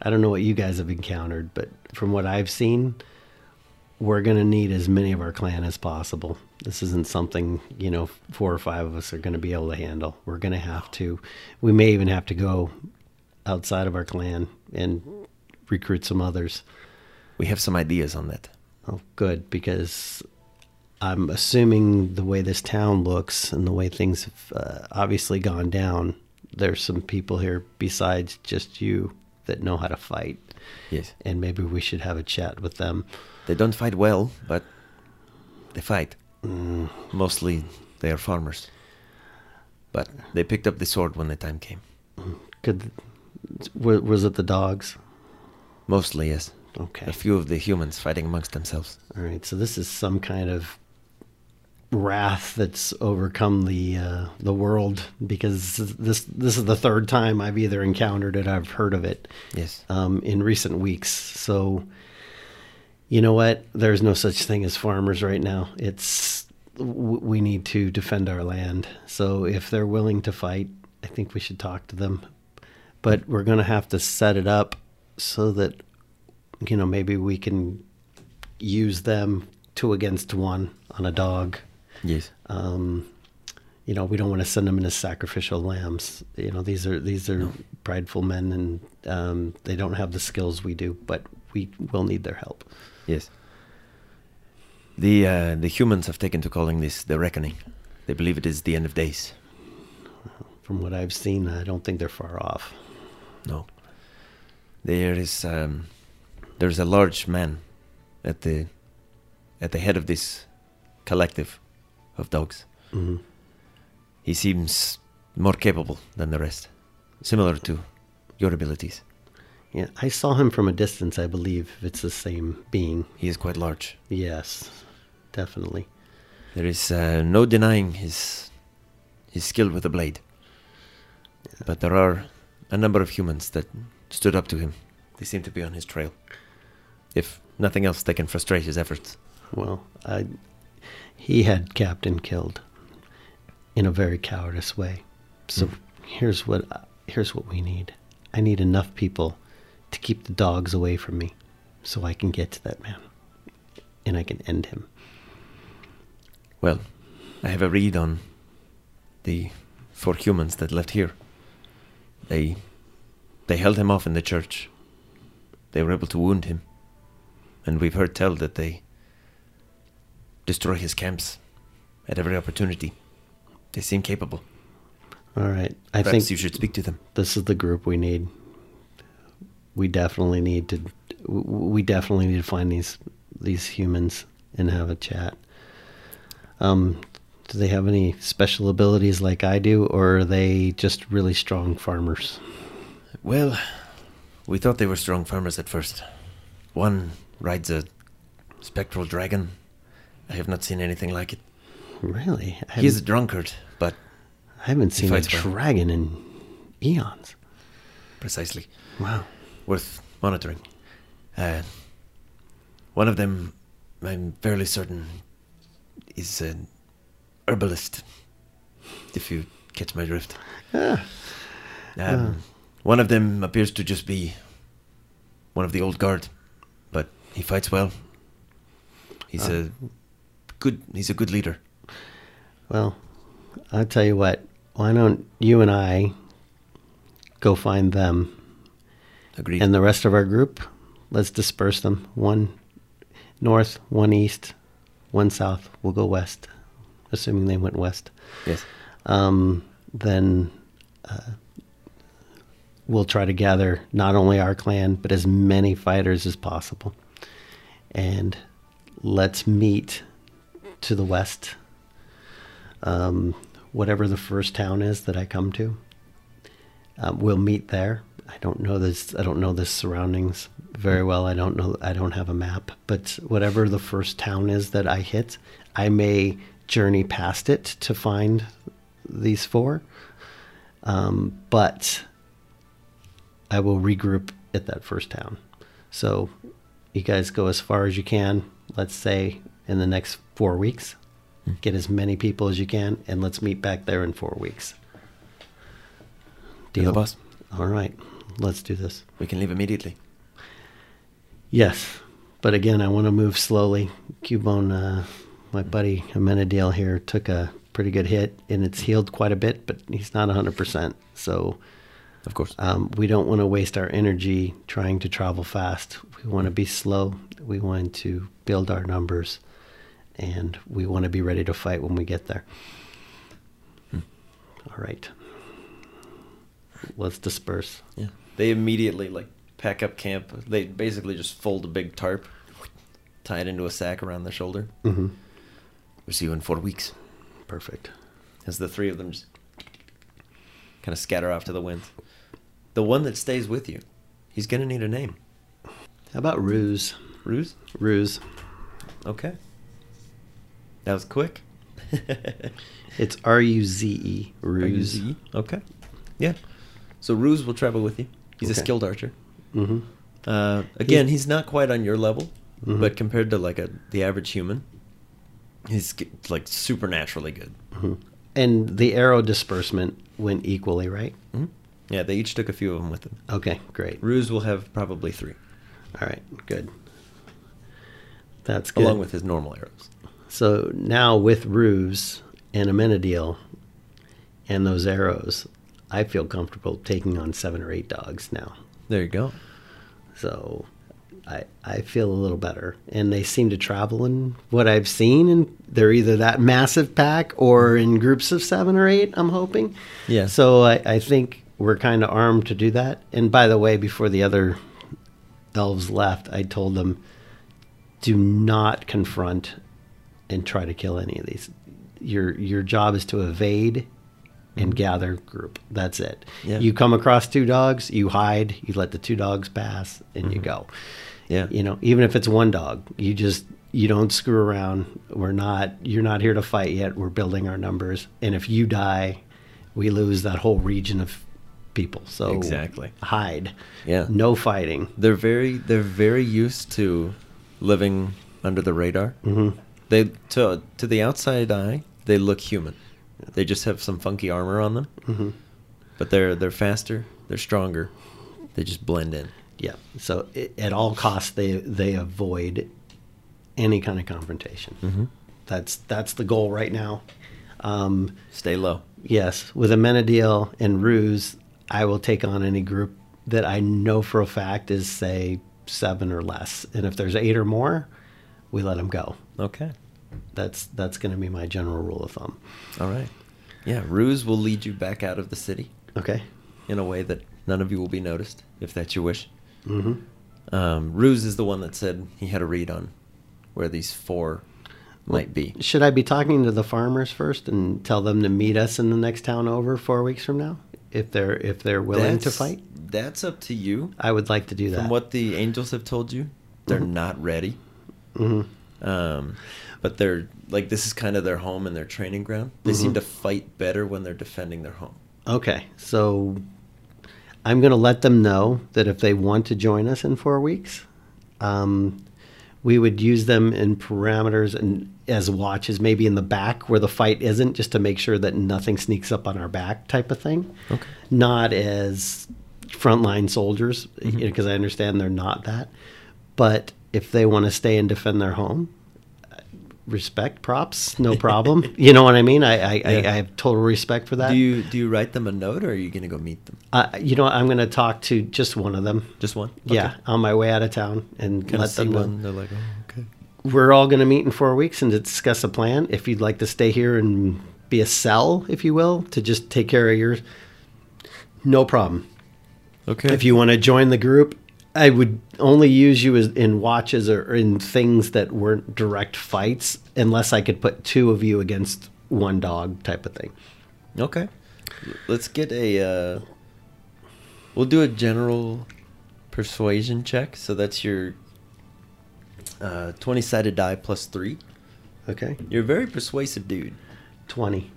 S2: I don't know what you guys have encountered, but from what I've seen, we're going to need as many of our clan as possible. This isn't something, you know, four or five of us are going to be able to handle. We're going to have to, we may even have to go outside of our clan and recruit some others.
S3: We have some ideas on that.
S2: Oh, good, because I'm assuming the way this town looks and the way things have uh, obviously gone down, there's some people here besides just you that know how to fight.
S3: Yes.
S2: And maybe we should have a chat with them.
S3: They don't fight well, but they fight. Mm. Mostly they are farmers. But they picked up the sword when the time came.
S2: Could was, was it the dogs?
S3: Mostly, yes.
S2: Okay.
S3: A few of the humans fighting amongst themselves.
S2: All right. So this is some kind of wrath that's overcome the uh, the world because this this is the third time I've either encountered it, I've heard of it.
S3: Yes.
S2: um, in recent weeks. So, you know what? There's no such thing as farmers right now. It's w- we need to defend our land. So, if they're willing to fight, I think we should talk to them. But we're going to have to set it up so that you know maybe we can use them two against one on a dog.
S3: Yes. Uh,
S2: Um, you know, we don't want to send them in as sacrificial lambs. You know, these are these are prideful men, and um, they don't have the skills we do, but we will need their help.
S3: Yes. The uh, the humans have taken to calling this the reckoning. They believe it is the end of days.
S2: From what I've seen, I don't think they're far off.
S3: No. There is um, there's a large man at the at the head of this collective of dogs. He seems more capable than the rest, similar to your abilities.
S2: Yeah, I saw him from a distance, I believe. if It's the same being.
S3: He is quite large.
S2: Yes, definitely.
S3: There is uh, no denying his his skill with the blade. But there are a number of humans that stood up to him. They seem to be on his trail. If nothing else, they can frustrate his efforts.
S2: Well, I, he had Captain killed in a very cowardice way. So
S3: Hmm.
S2: here's what here's what we need. I need enough people to keep the dogs away from me, so I can get to that man, and I can end him.
S3: Well, I have a read on the four humans that left here. They they held him off in the church. They were able to wound him. And we've heard tell that they destroy his camps at every opportunity. They seem capable.
S2: All right, I
S3: Perhaps
S2: think
S3: you should speak to them.
S2: this is the group we need. We definitely need to. w- We definitely need to find these these humans and have a chat. Um, do they have any special abilities like I do, or are they just really strong farmers?
S3: Well, we thought they were strong farmers at first. One rides a spectral dragon. I have not seen anything like it.
S2: Really, I
S3: He is a
S2: haven't-
S3: drunkard, but
S2: I haven't seen a
S3: fights well.
S2: dragon in eons.
S3: precisely
S2: Wow.
S3: worth monitoring. Uh, one of them, I'm fairly certain, is an herbalist, if you catch my drift.
S2: Ah,
S3: Um, One of them appears to just be one of the old guard, but he fights well. He's a good. He's a good leader.
S2: Well, I'll tell you what. Why don't you and I go find them?
S3: Agreed.
S2: and the rest of our group, let's disperse them. One north, one east, one south. We'll go west, assuming they went west.
S3: yes.
S2: Um, then uh, we'll try to gather not only our clan, but as many fighters as possible. And let's meet to the west, um, whatever the first town is that I come to. Um, we'll meet there. I don't know this. I don't know the surroundings very well. I don't know. I don't have a map. But whatever the first town is that I hit, I may journey past it to find these four. Um, but I will regroup at that first town. So you guys go as far as you can. Let's say in the next four weeks, get as many people as you can, and let's meet back there in four weeks.
S3: You're the boss.
S2: All right, let's do this.
S3: We can leave immediately.
S2: Yes, but again, I want to move slowly. Cubone, uh, my buddy Amenadiel here, took a pretty good hit, and it's healed quite a bit, but he's not 100%. So
S3: Of course.
S2: um, we don't want to waste our energy trying to travel fast. We want to be slow. We want to build our numbers, and we want to be ready to fight when we get there. All right. Let's disperse.
S3: yeah. They immediately like pack up camp. They basically just fold a big tarp, tie it into a sack around their shoulder.
S2: hmm
S3: We'll see you in four weeks.
S2: Perfect.
S3: As the three of them just kind of scatter off to the wind. The one that stays with you, he's gonna need a name.
S2: How about ruse?
S3: Ruse.
S2: Ruse.
S3: Okay. That was quick. (laughs)
S2: It's R U Z E. Ruse.
S3: Ruse. Okay. Yeah. So Ruse will travel with you. He's
S2: Okay.
S3: a skilled archer.
S2: Mm-hmm.
S3: Uh, again, he's Mm-hmm. not quite on your level,
S2: Mhm.
S3: but compared to like a the average human, he's g- like supernaturally good.
S2: And the arrow disbursement went equally, right?
S3: Mhm. Yeah, they each took a few of them with them.
S2: Okay, great.
S3: Ruse will have probably three,
S2: All right, good. That's good.
S3: along with his normal arrows.
S2: So now with roofs and Amenadiel and those arrows, I feel comfortable taking on seven or eight dogs now.
S3: There you go.
S2: So I I feel a little better. And they seem to travel in what I've seen and they're either that massive pack or in groups of seven or eight, I'm hoping.
S3: Yeah.
S2: So I, I think we're kinda armed to do that. And by the way, before the other elves left, I told them do not confront and try to kill any of these. Your your job is to evade and gather group. That's it.
S3: Mm-hmm. Yeah.
S2: You come across two dogs, you hide, you let the two dogs pass, and you go.
S3: Mm-hmm. Yeah.
S2: You know, even if it's one dog, you just you don't screw around. We're not you're not here to fight yet. We're building our numbers. And if you die, we lose that whole region of people. So
S3: Exactly.
S2: hide.
S3: Yeah.
S2: No fighting.
S3: They're very they're very used to living under the radar. Mm-hmm. They to to the outside eye they look human. They just have some funky armor on them. Mm-hmm. But they're they're faster. They're stronger. They just blend in.
S2: Yeah. So i at all costs, they they avoid any kind of confrontation.
S3: Mm-hmm.
S2: That's that's the goal right now. Um,
S3: Stay low.
S2: yes, with Amenadiel and Ruse, I will take on any group that I know for a fact is say seven or less, and if there's eight or more, we let them go.
S3: Okay.
S2: That's that's going to be my general rule of thumb.
S3: All right. Yeah, ruse will lead you back out of the city
S2: Okay.
S3: in a way that none of you will be noticed if that's your wish. Mm-hmm. Um, ruse is the one that said he had a read on where these four might be.
S2: Should I be talking to the farmers first and tell them to meet us in the next town over four weeks from now if they're if they're willing to
S3: That's-
S2: fight?
S3: That's up to you.
S2: I Mm-hmm. would like to do that.
S3: From what the angels have told you, they're not ready.
S2: Mm-hmm.
S3: Um, but they're like this is kind of their home and their training ground. They
S2: Mm-hmm.
S3: seem to fight better when they're defending their home.
S2: Okay, so I'm going to let them know that if they want to join us in four weeks, um, we would use them in parameters and as watches, maybe in the back where the fight isn't, just to make sure that nothing sneaks up on our back, type of thing.
S3: Okay.
S2: Not as frontline soldiers,
S3: Mm-hmm.
S2: because I understand they're not that. But if they want to stay and defend their home, uh, respect, props, no
S3: (laughs)
S2: problem. you know what I mean? I, I, I,
S3: Yeah.
S2: I have total respect for that.
S3: Do you do you write them a note or are you going to go meet them?
S2: Uh, you know, what, I'm going to talk to just one of them.
S3: Just one.
S2: Yeah, on my way out of town and
S3: Kind
S2: let
S3: of see
S2: them know.
S3: one. They're like, oh, okay.
S2: We're all going to meet in four weeks and discuss a plan. If you'd like to stay here and be a cell, if you will, to just take care of yours, no problem.
S3: Okay.
S2: If you want to join the group, I would only use you as in watches or or in things that weren't direct fights, unless I could put two of you against one dog type of thing.
S3: Okay. Let's get a. Uh, we'll do a general persuasion check. So that's your uh, 20 sided die plus three.
S2: Okay,
S3: You're a very persuasive dude.
S2: twenty.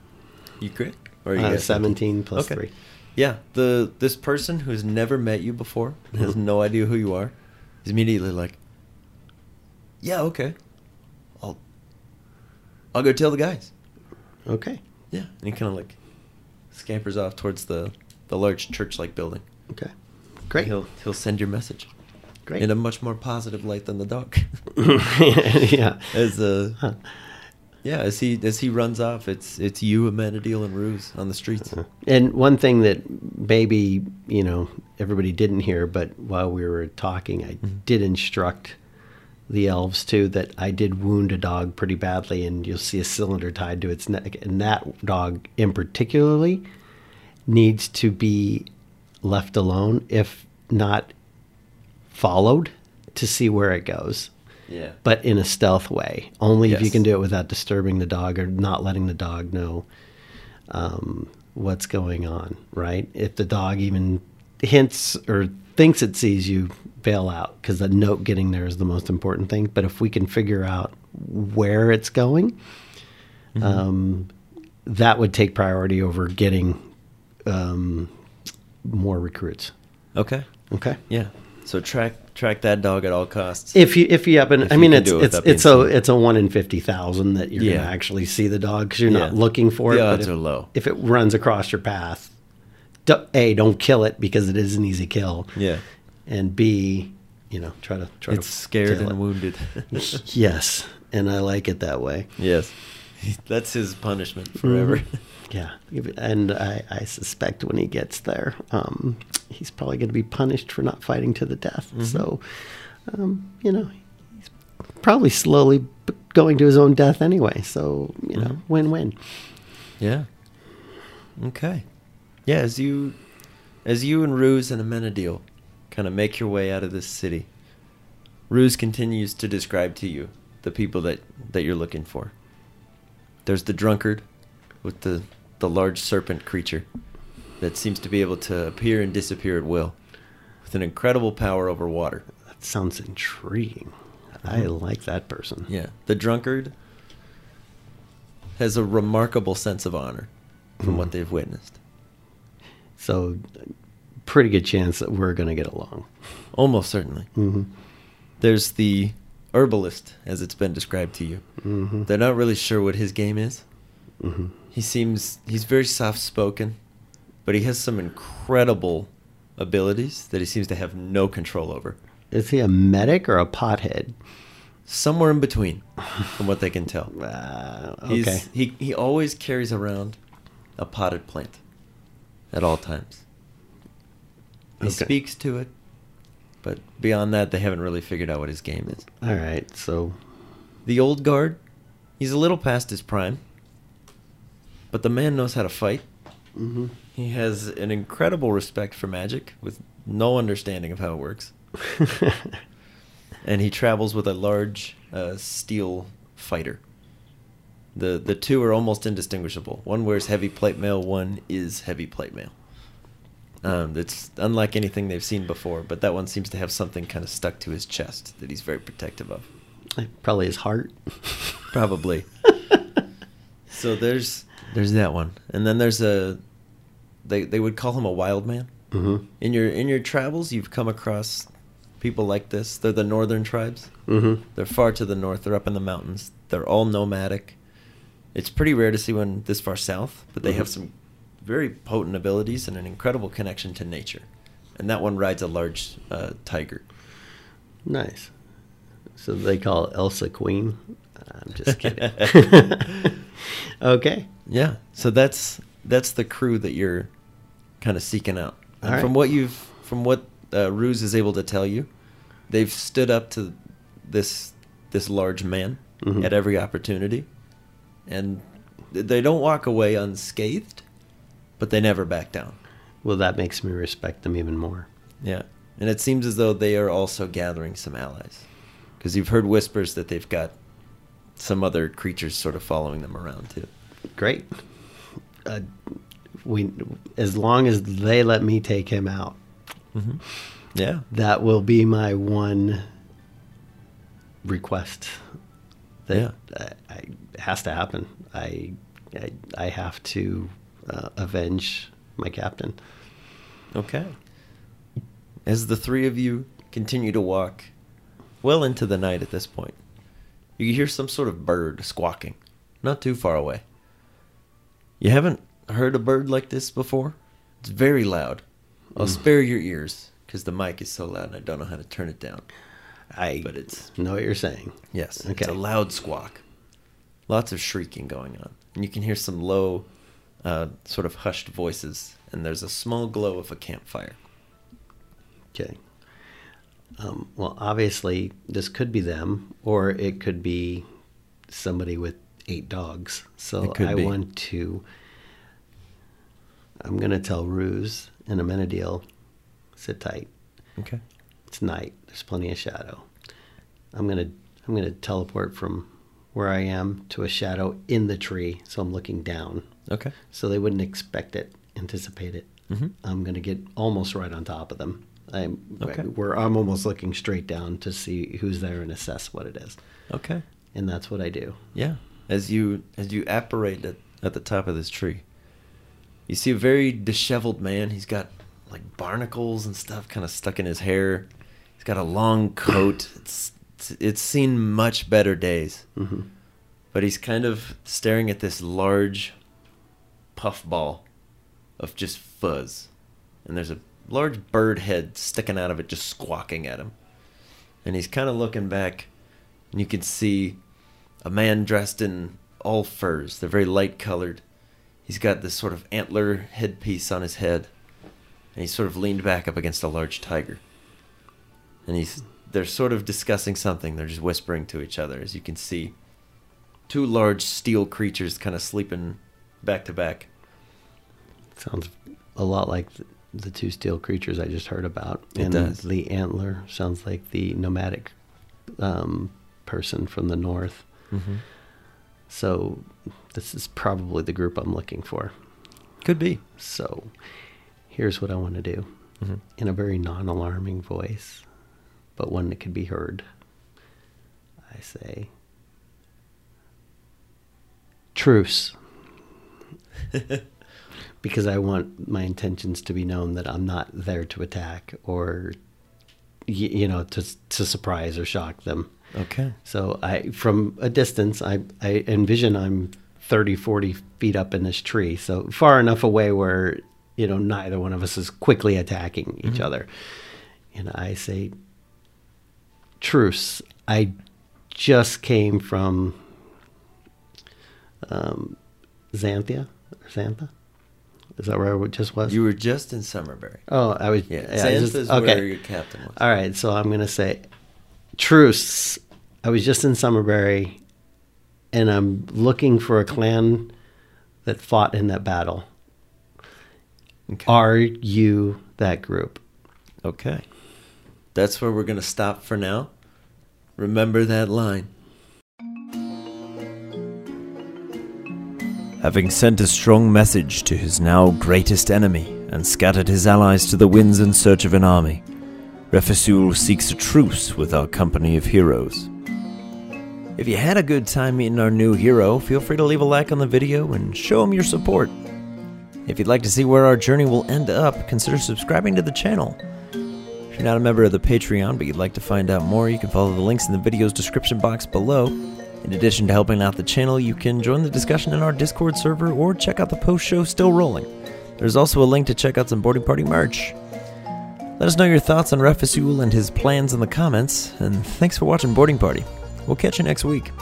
S3: You crit? Or you
S2: Uh,
S3: got-
S2: Seventeen plus
S3: Okay.
S2: three.
S3: Yeah. The This person who has never met you before, (laughs) has no idea who you are, is immediately like, yeah, okay. I'll, I'll go tell the guys.
S2: Okay.
S3: Yeah. And he kind of like scampers off towards the, the large church like building.
S2: Okay. Great.
S3: He'll he'll send your message
S2: Great. (laughs)
S3: (laughs) in a much more positive light than the dog.
S2: yeah.
S3: as uh, yeah, as he as he runs off, it's it's you, Amenadiel, and Ruse on the streets.
S2: And one thing that maybe, you know, everybody didn't hear, but while we were talking, I did instruct the elves too that I did wound a dog pretty badly and you'll see a cylinder tied to its neck and that dog in particularly needs to be left alone if not followed to see where it goes.
S3: Yeah,
S2: but in a stealth way. Only if you
S3: Yes.
S2: can do it without disturbing the dog or not letting the dog know um, what's going on, right? If the dog even hints or thinks it sees you, bail out because the note getting there is the most important thing. But if we can figure out where it's going, um, that would take priority over getting um, more recruits.
S3: okay,
S2: Okay.
S3: yeah. So track track that dog at all costs.
S2: If you if you happen,
S3: If
S2: I
S3: you
S2: mean
S3: can
S2: it's
S3: do it
S2: it's
S3: without
S2: it's a it's a one in fifty thousand that you're
S3: Yeah.
S2: gonna actually see the dog because you're not
S3: Yeah.
S2: looking for
S3: The
S2: it. but
S3: odds
S2: if,
S3: are low.
S2: If it runs across your path, do, a don't kill it because it is an easy kill.
S3: yeah,
S2: and b you know try to try
S3: it's
S2: to
S3: scared
S2: kill
S3: and
S2: it.
S3: wounded.
S2: Yes, and I like it that way.
S3: yes, (laughs) that's his punishment forever.
S2: Yeah, and I, I suspect when he gets there, um, he's probably going to be punished for not fighting to the death.
S3: Mm-hmm.
S2: So, um, you know, he's probably slowly b- going to his own death anyway. So, you know,
S3: Mm-hmm.
S2: win-win.
S3: yeah. Okay. Yeah, as you as you and Ruse and Amenadiel kind of make your way out of this city, Ruse continues to describe to you the people that, that you're looking for. There's the drunkard with the the large serpent creature that seems to be able to appear and disappear at will with an incredible power over water.
S2: That sounds intriguing. I like that person.
S3: Mm-hmm. Yeah. The drunkard has a remarkable sense of honor from what they've witnessed.
S2: So, pretty good chance that we're going to get along.
S3: Almost certainly. Mm-hmm. There's the herbalist, as it's been described to you. Mm-hmm. They're not really sure what his game is.
S2: Mm-hmm.
S3: He seems he's very soft spoken, but he has some incredible abilities that he seems to have no control over.
S2: Is he a medic or a pothead?
S3: Somewhere in between, from what they can
S2: (laughs)
S3: tell.
S2: Uh,
S3: He's,
S2: okay.
S3: He he always carries around a potted plant at all times. He
S2: Okay.
S3: speaks to it, but beyond that, they haven't really figured out what his game is.
S2: All right. So,
S3: The old guard, he's a little past his prime, but the man knows how to fight.
S2: (laughs) mhm.
S3: He has an incredible respect for magic with no understanding of how it works. and he travels with a large uh, steel fighter. The the two are almost indistinguishable. One wears heavy plate mail, one is heavy plate mail. Um, it's unlike anything they've seen before, but that one seems to have something kind of stuck to his chest that he's very protective of.
S2: probably his heart. (laughs)
S3: Probably. so there's there's that one, and then there's a they they would call him a wild man.
S2: hmm
S3: In your in your travels, you've come across people like this. They're the northern tribes.
S2: hmm
S3: They're far to the north. They're up in the mountains. They're all nomadic. It's pretty rare to see one this far south, but they have
S2: Mhm.
S3: some very potent abilities and an incredible connection to nature. And that one rides a large uh, tiger.
S2: Nice. So they call Elsa Queen. I'm just
S3: (laughs)
S2: kidding. (laughs) okay.
S3: Yeah. So that's that's the crew that you're kind of seeking out.
S2: All
S3: And
S2: right.
S3: from what you've from what uh, Ruse is able to tell you, they've stood up to this this large man
S2: Mhm.
S3: at every opportunity, and th- they don't walk away unscathed, but they never back down.
S2: Well, that makes me respect them even more.
S3: Yeah. And it seems as though they are also gathering some allies, because you've heard whispers that they've got some other creatures sort of following them around too.
S2: Great. Uh, we, as long as they let me take him out,
S3: Yeah.
S2: that will be my one request. That I, I, it has to happen. I, I, I have to uh, avenge my captain.
S3: Okay. As the three of you continue to walk well into the night at this point, you hear some sort of bird squawking not too far away. You haven't heard a bird like this before? It's very loud. I'll spare your ears because the mic is so loud and I don't know how to turn it down.
S2: I
S3: But it's,
S2: know what you're saying.
S3: yes, it's
S2: Okay.
S3: a loud squawk. Lots of shrieking going on. And you can hear some low, uh, sort of hushed voices, and there's a small glow of a campfire.
S2: Okay. Um, well, obviously, this could be them, or it could be somebody with eight dogs. So
S3: It could
S2: I
S3: be.
S2: want to. I'm going to tell Ruse and Amenadiel, sit tight.
S3: Okay.
S2: It's night. There's plenty of shadow. I'm going to I'm going to teleport from where I am to a shadow in the tree, so I'm looking down.
S3: Okay.
S2: So they wouldn't expect it, anticipate it.
S3: Mhm.
S2: I'm going to get almost right on top of them. I'm,
S3: Okay.
S2: we're, I'm almost looking straight down to see who's there and assess what it is.
S3: Okay.
S2: And that's what I do.
S3: Yeah. As you as you apparate at, at the top of this tree, you see a very disheveled man. He's got like barnacles and stuff kind of stuck in his hair. He's got a long coat. It's it's seen much better days.
S2: hmm
S3: But he's kind of staring at this large puffball of just fuzz. And there's a large bird head sticking out of it, just squawking at him. And he's kind of looking back, and you can see a man dressed in all furs. They're very light colored. He's got this sort of antler headpiece on his head, and he's sort of leaned back up against a large tiger. And he's they're sort of discussing something. They're just whispering to each other, as you can see two large steel creatures kind of sleeping back to back.
S2: Sounds a lot like the, the two steel creatures I just heard about.
S3: It
S2: and
S3: does.
S2: the antler sounds like the nomadic um, person from
S4: Mm-hmm.
S2: the north. So this is probably the group I'm looking for.
S4: Could be.
S2: So here's what I want to do in a very non alarming voice, but one that could be heard. I say, truce. because I want my intentions to be known that I'm not there to attack or, y- you know, to, to surprise or shock them.
S4: Okay.
S2: So I, from a distance, I, I envision I'm 30, 40 feet up in this tree. So far enough away where, you know, neither one of us is quickly attacking each other. And I say, truce. I just came from um, Xanthia or Xantha. Is that where I just was?
S4: You were just in Summerberry.
S2: oh, I was.
S4: Yeah.
S2: I
S4: Xantha's
S2: just-
S4: where your captain was.
S2: all right, so I'm gonna say truce. I was just in Summerberry, and I'm looking for a clan that fought in that battle.
S4: Okay.
S2: Are you that group?
S4: Okay. That's where we're going to stop for now. Remember that line.
S3: Having sent a strong message to his now greatest enemy and scattered his allies to the winds in search of an army, Refasul seeks a truce with our company of heroes. If you had a good time meeting our new hero, feel free to leave a like on the video and show him your support. If you'd like to see where our journey will end up, consider subscribing to the channel. If you're not a member of the Patreon but you'd like to find out more, you can follow the links in the video's description box below. In addition to helping out the channel, you can join the discussion in our Discord server or check out the post show still rolling. There's also a link to check out some boarding party merch. Let us know your thoughts on Refasul and his plans in the comments, and thanks for watching Boarding Party. We'll catch you next week.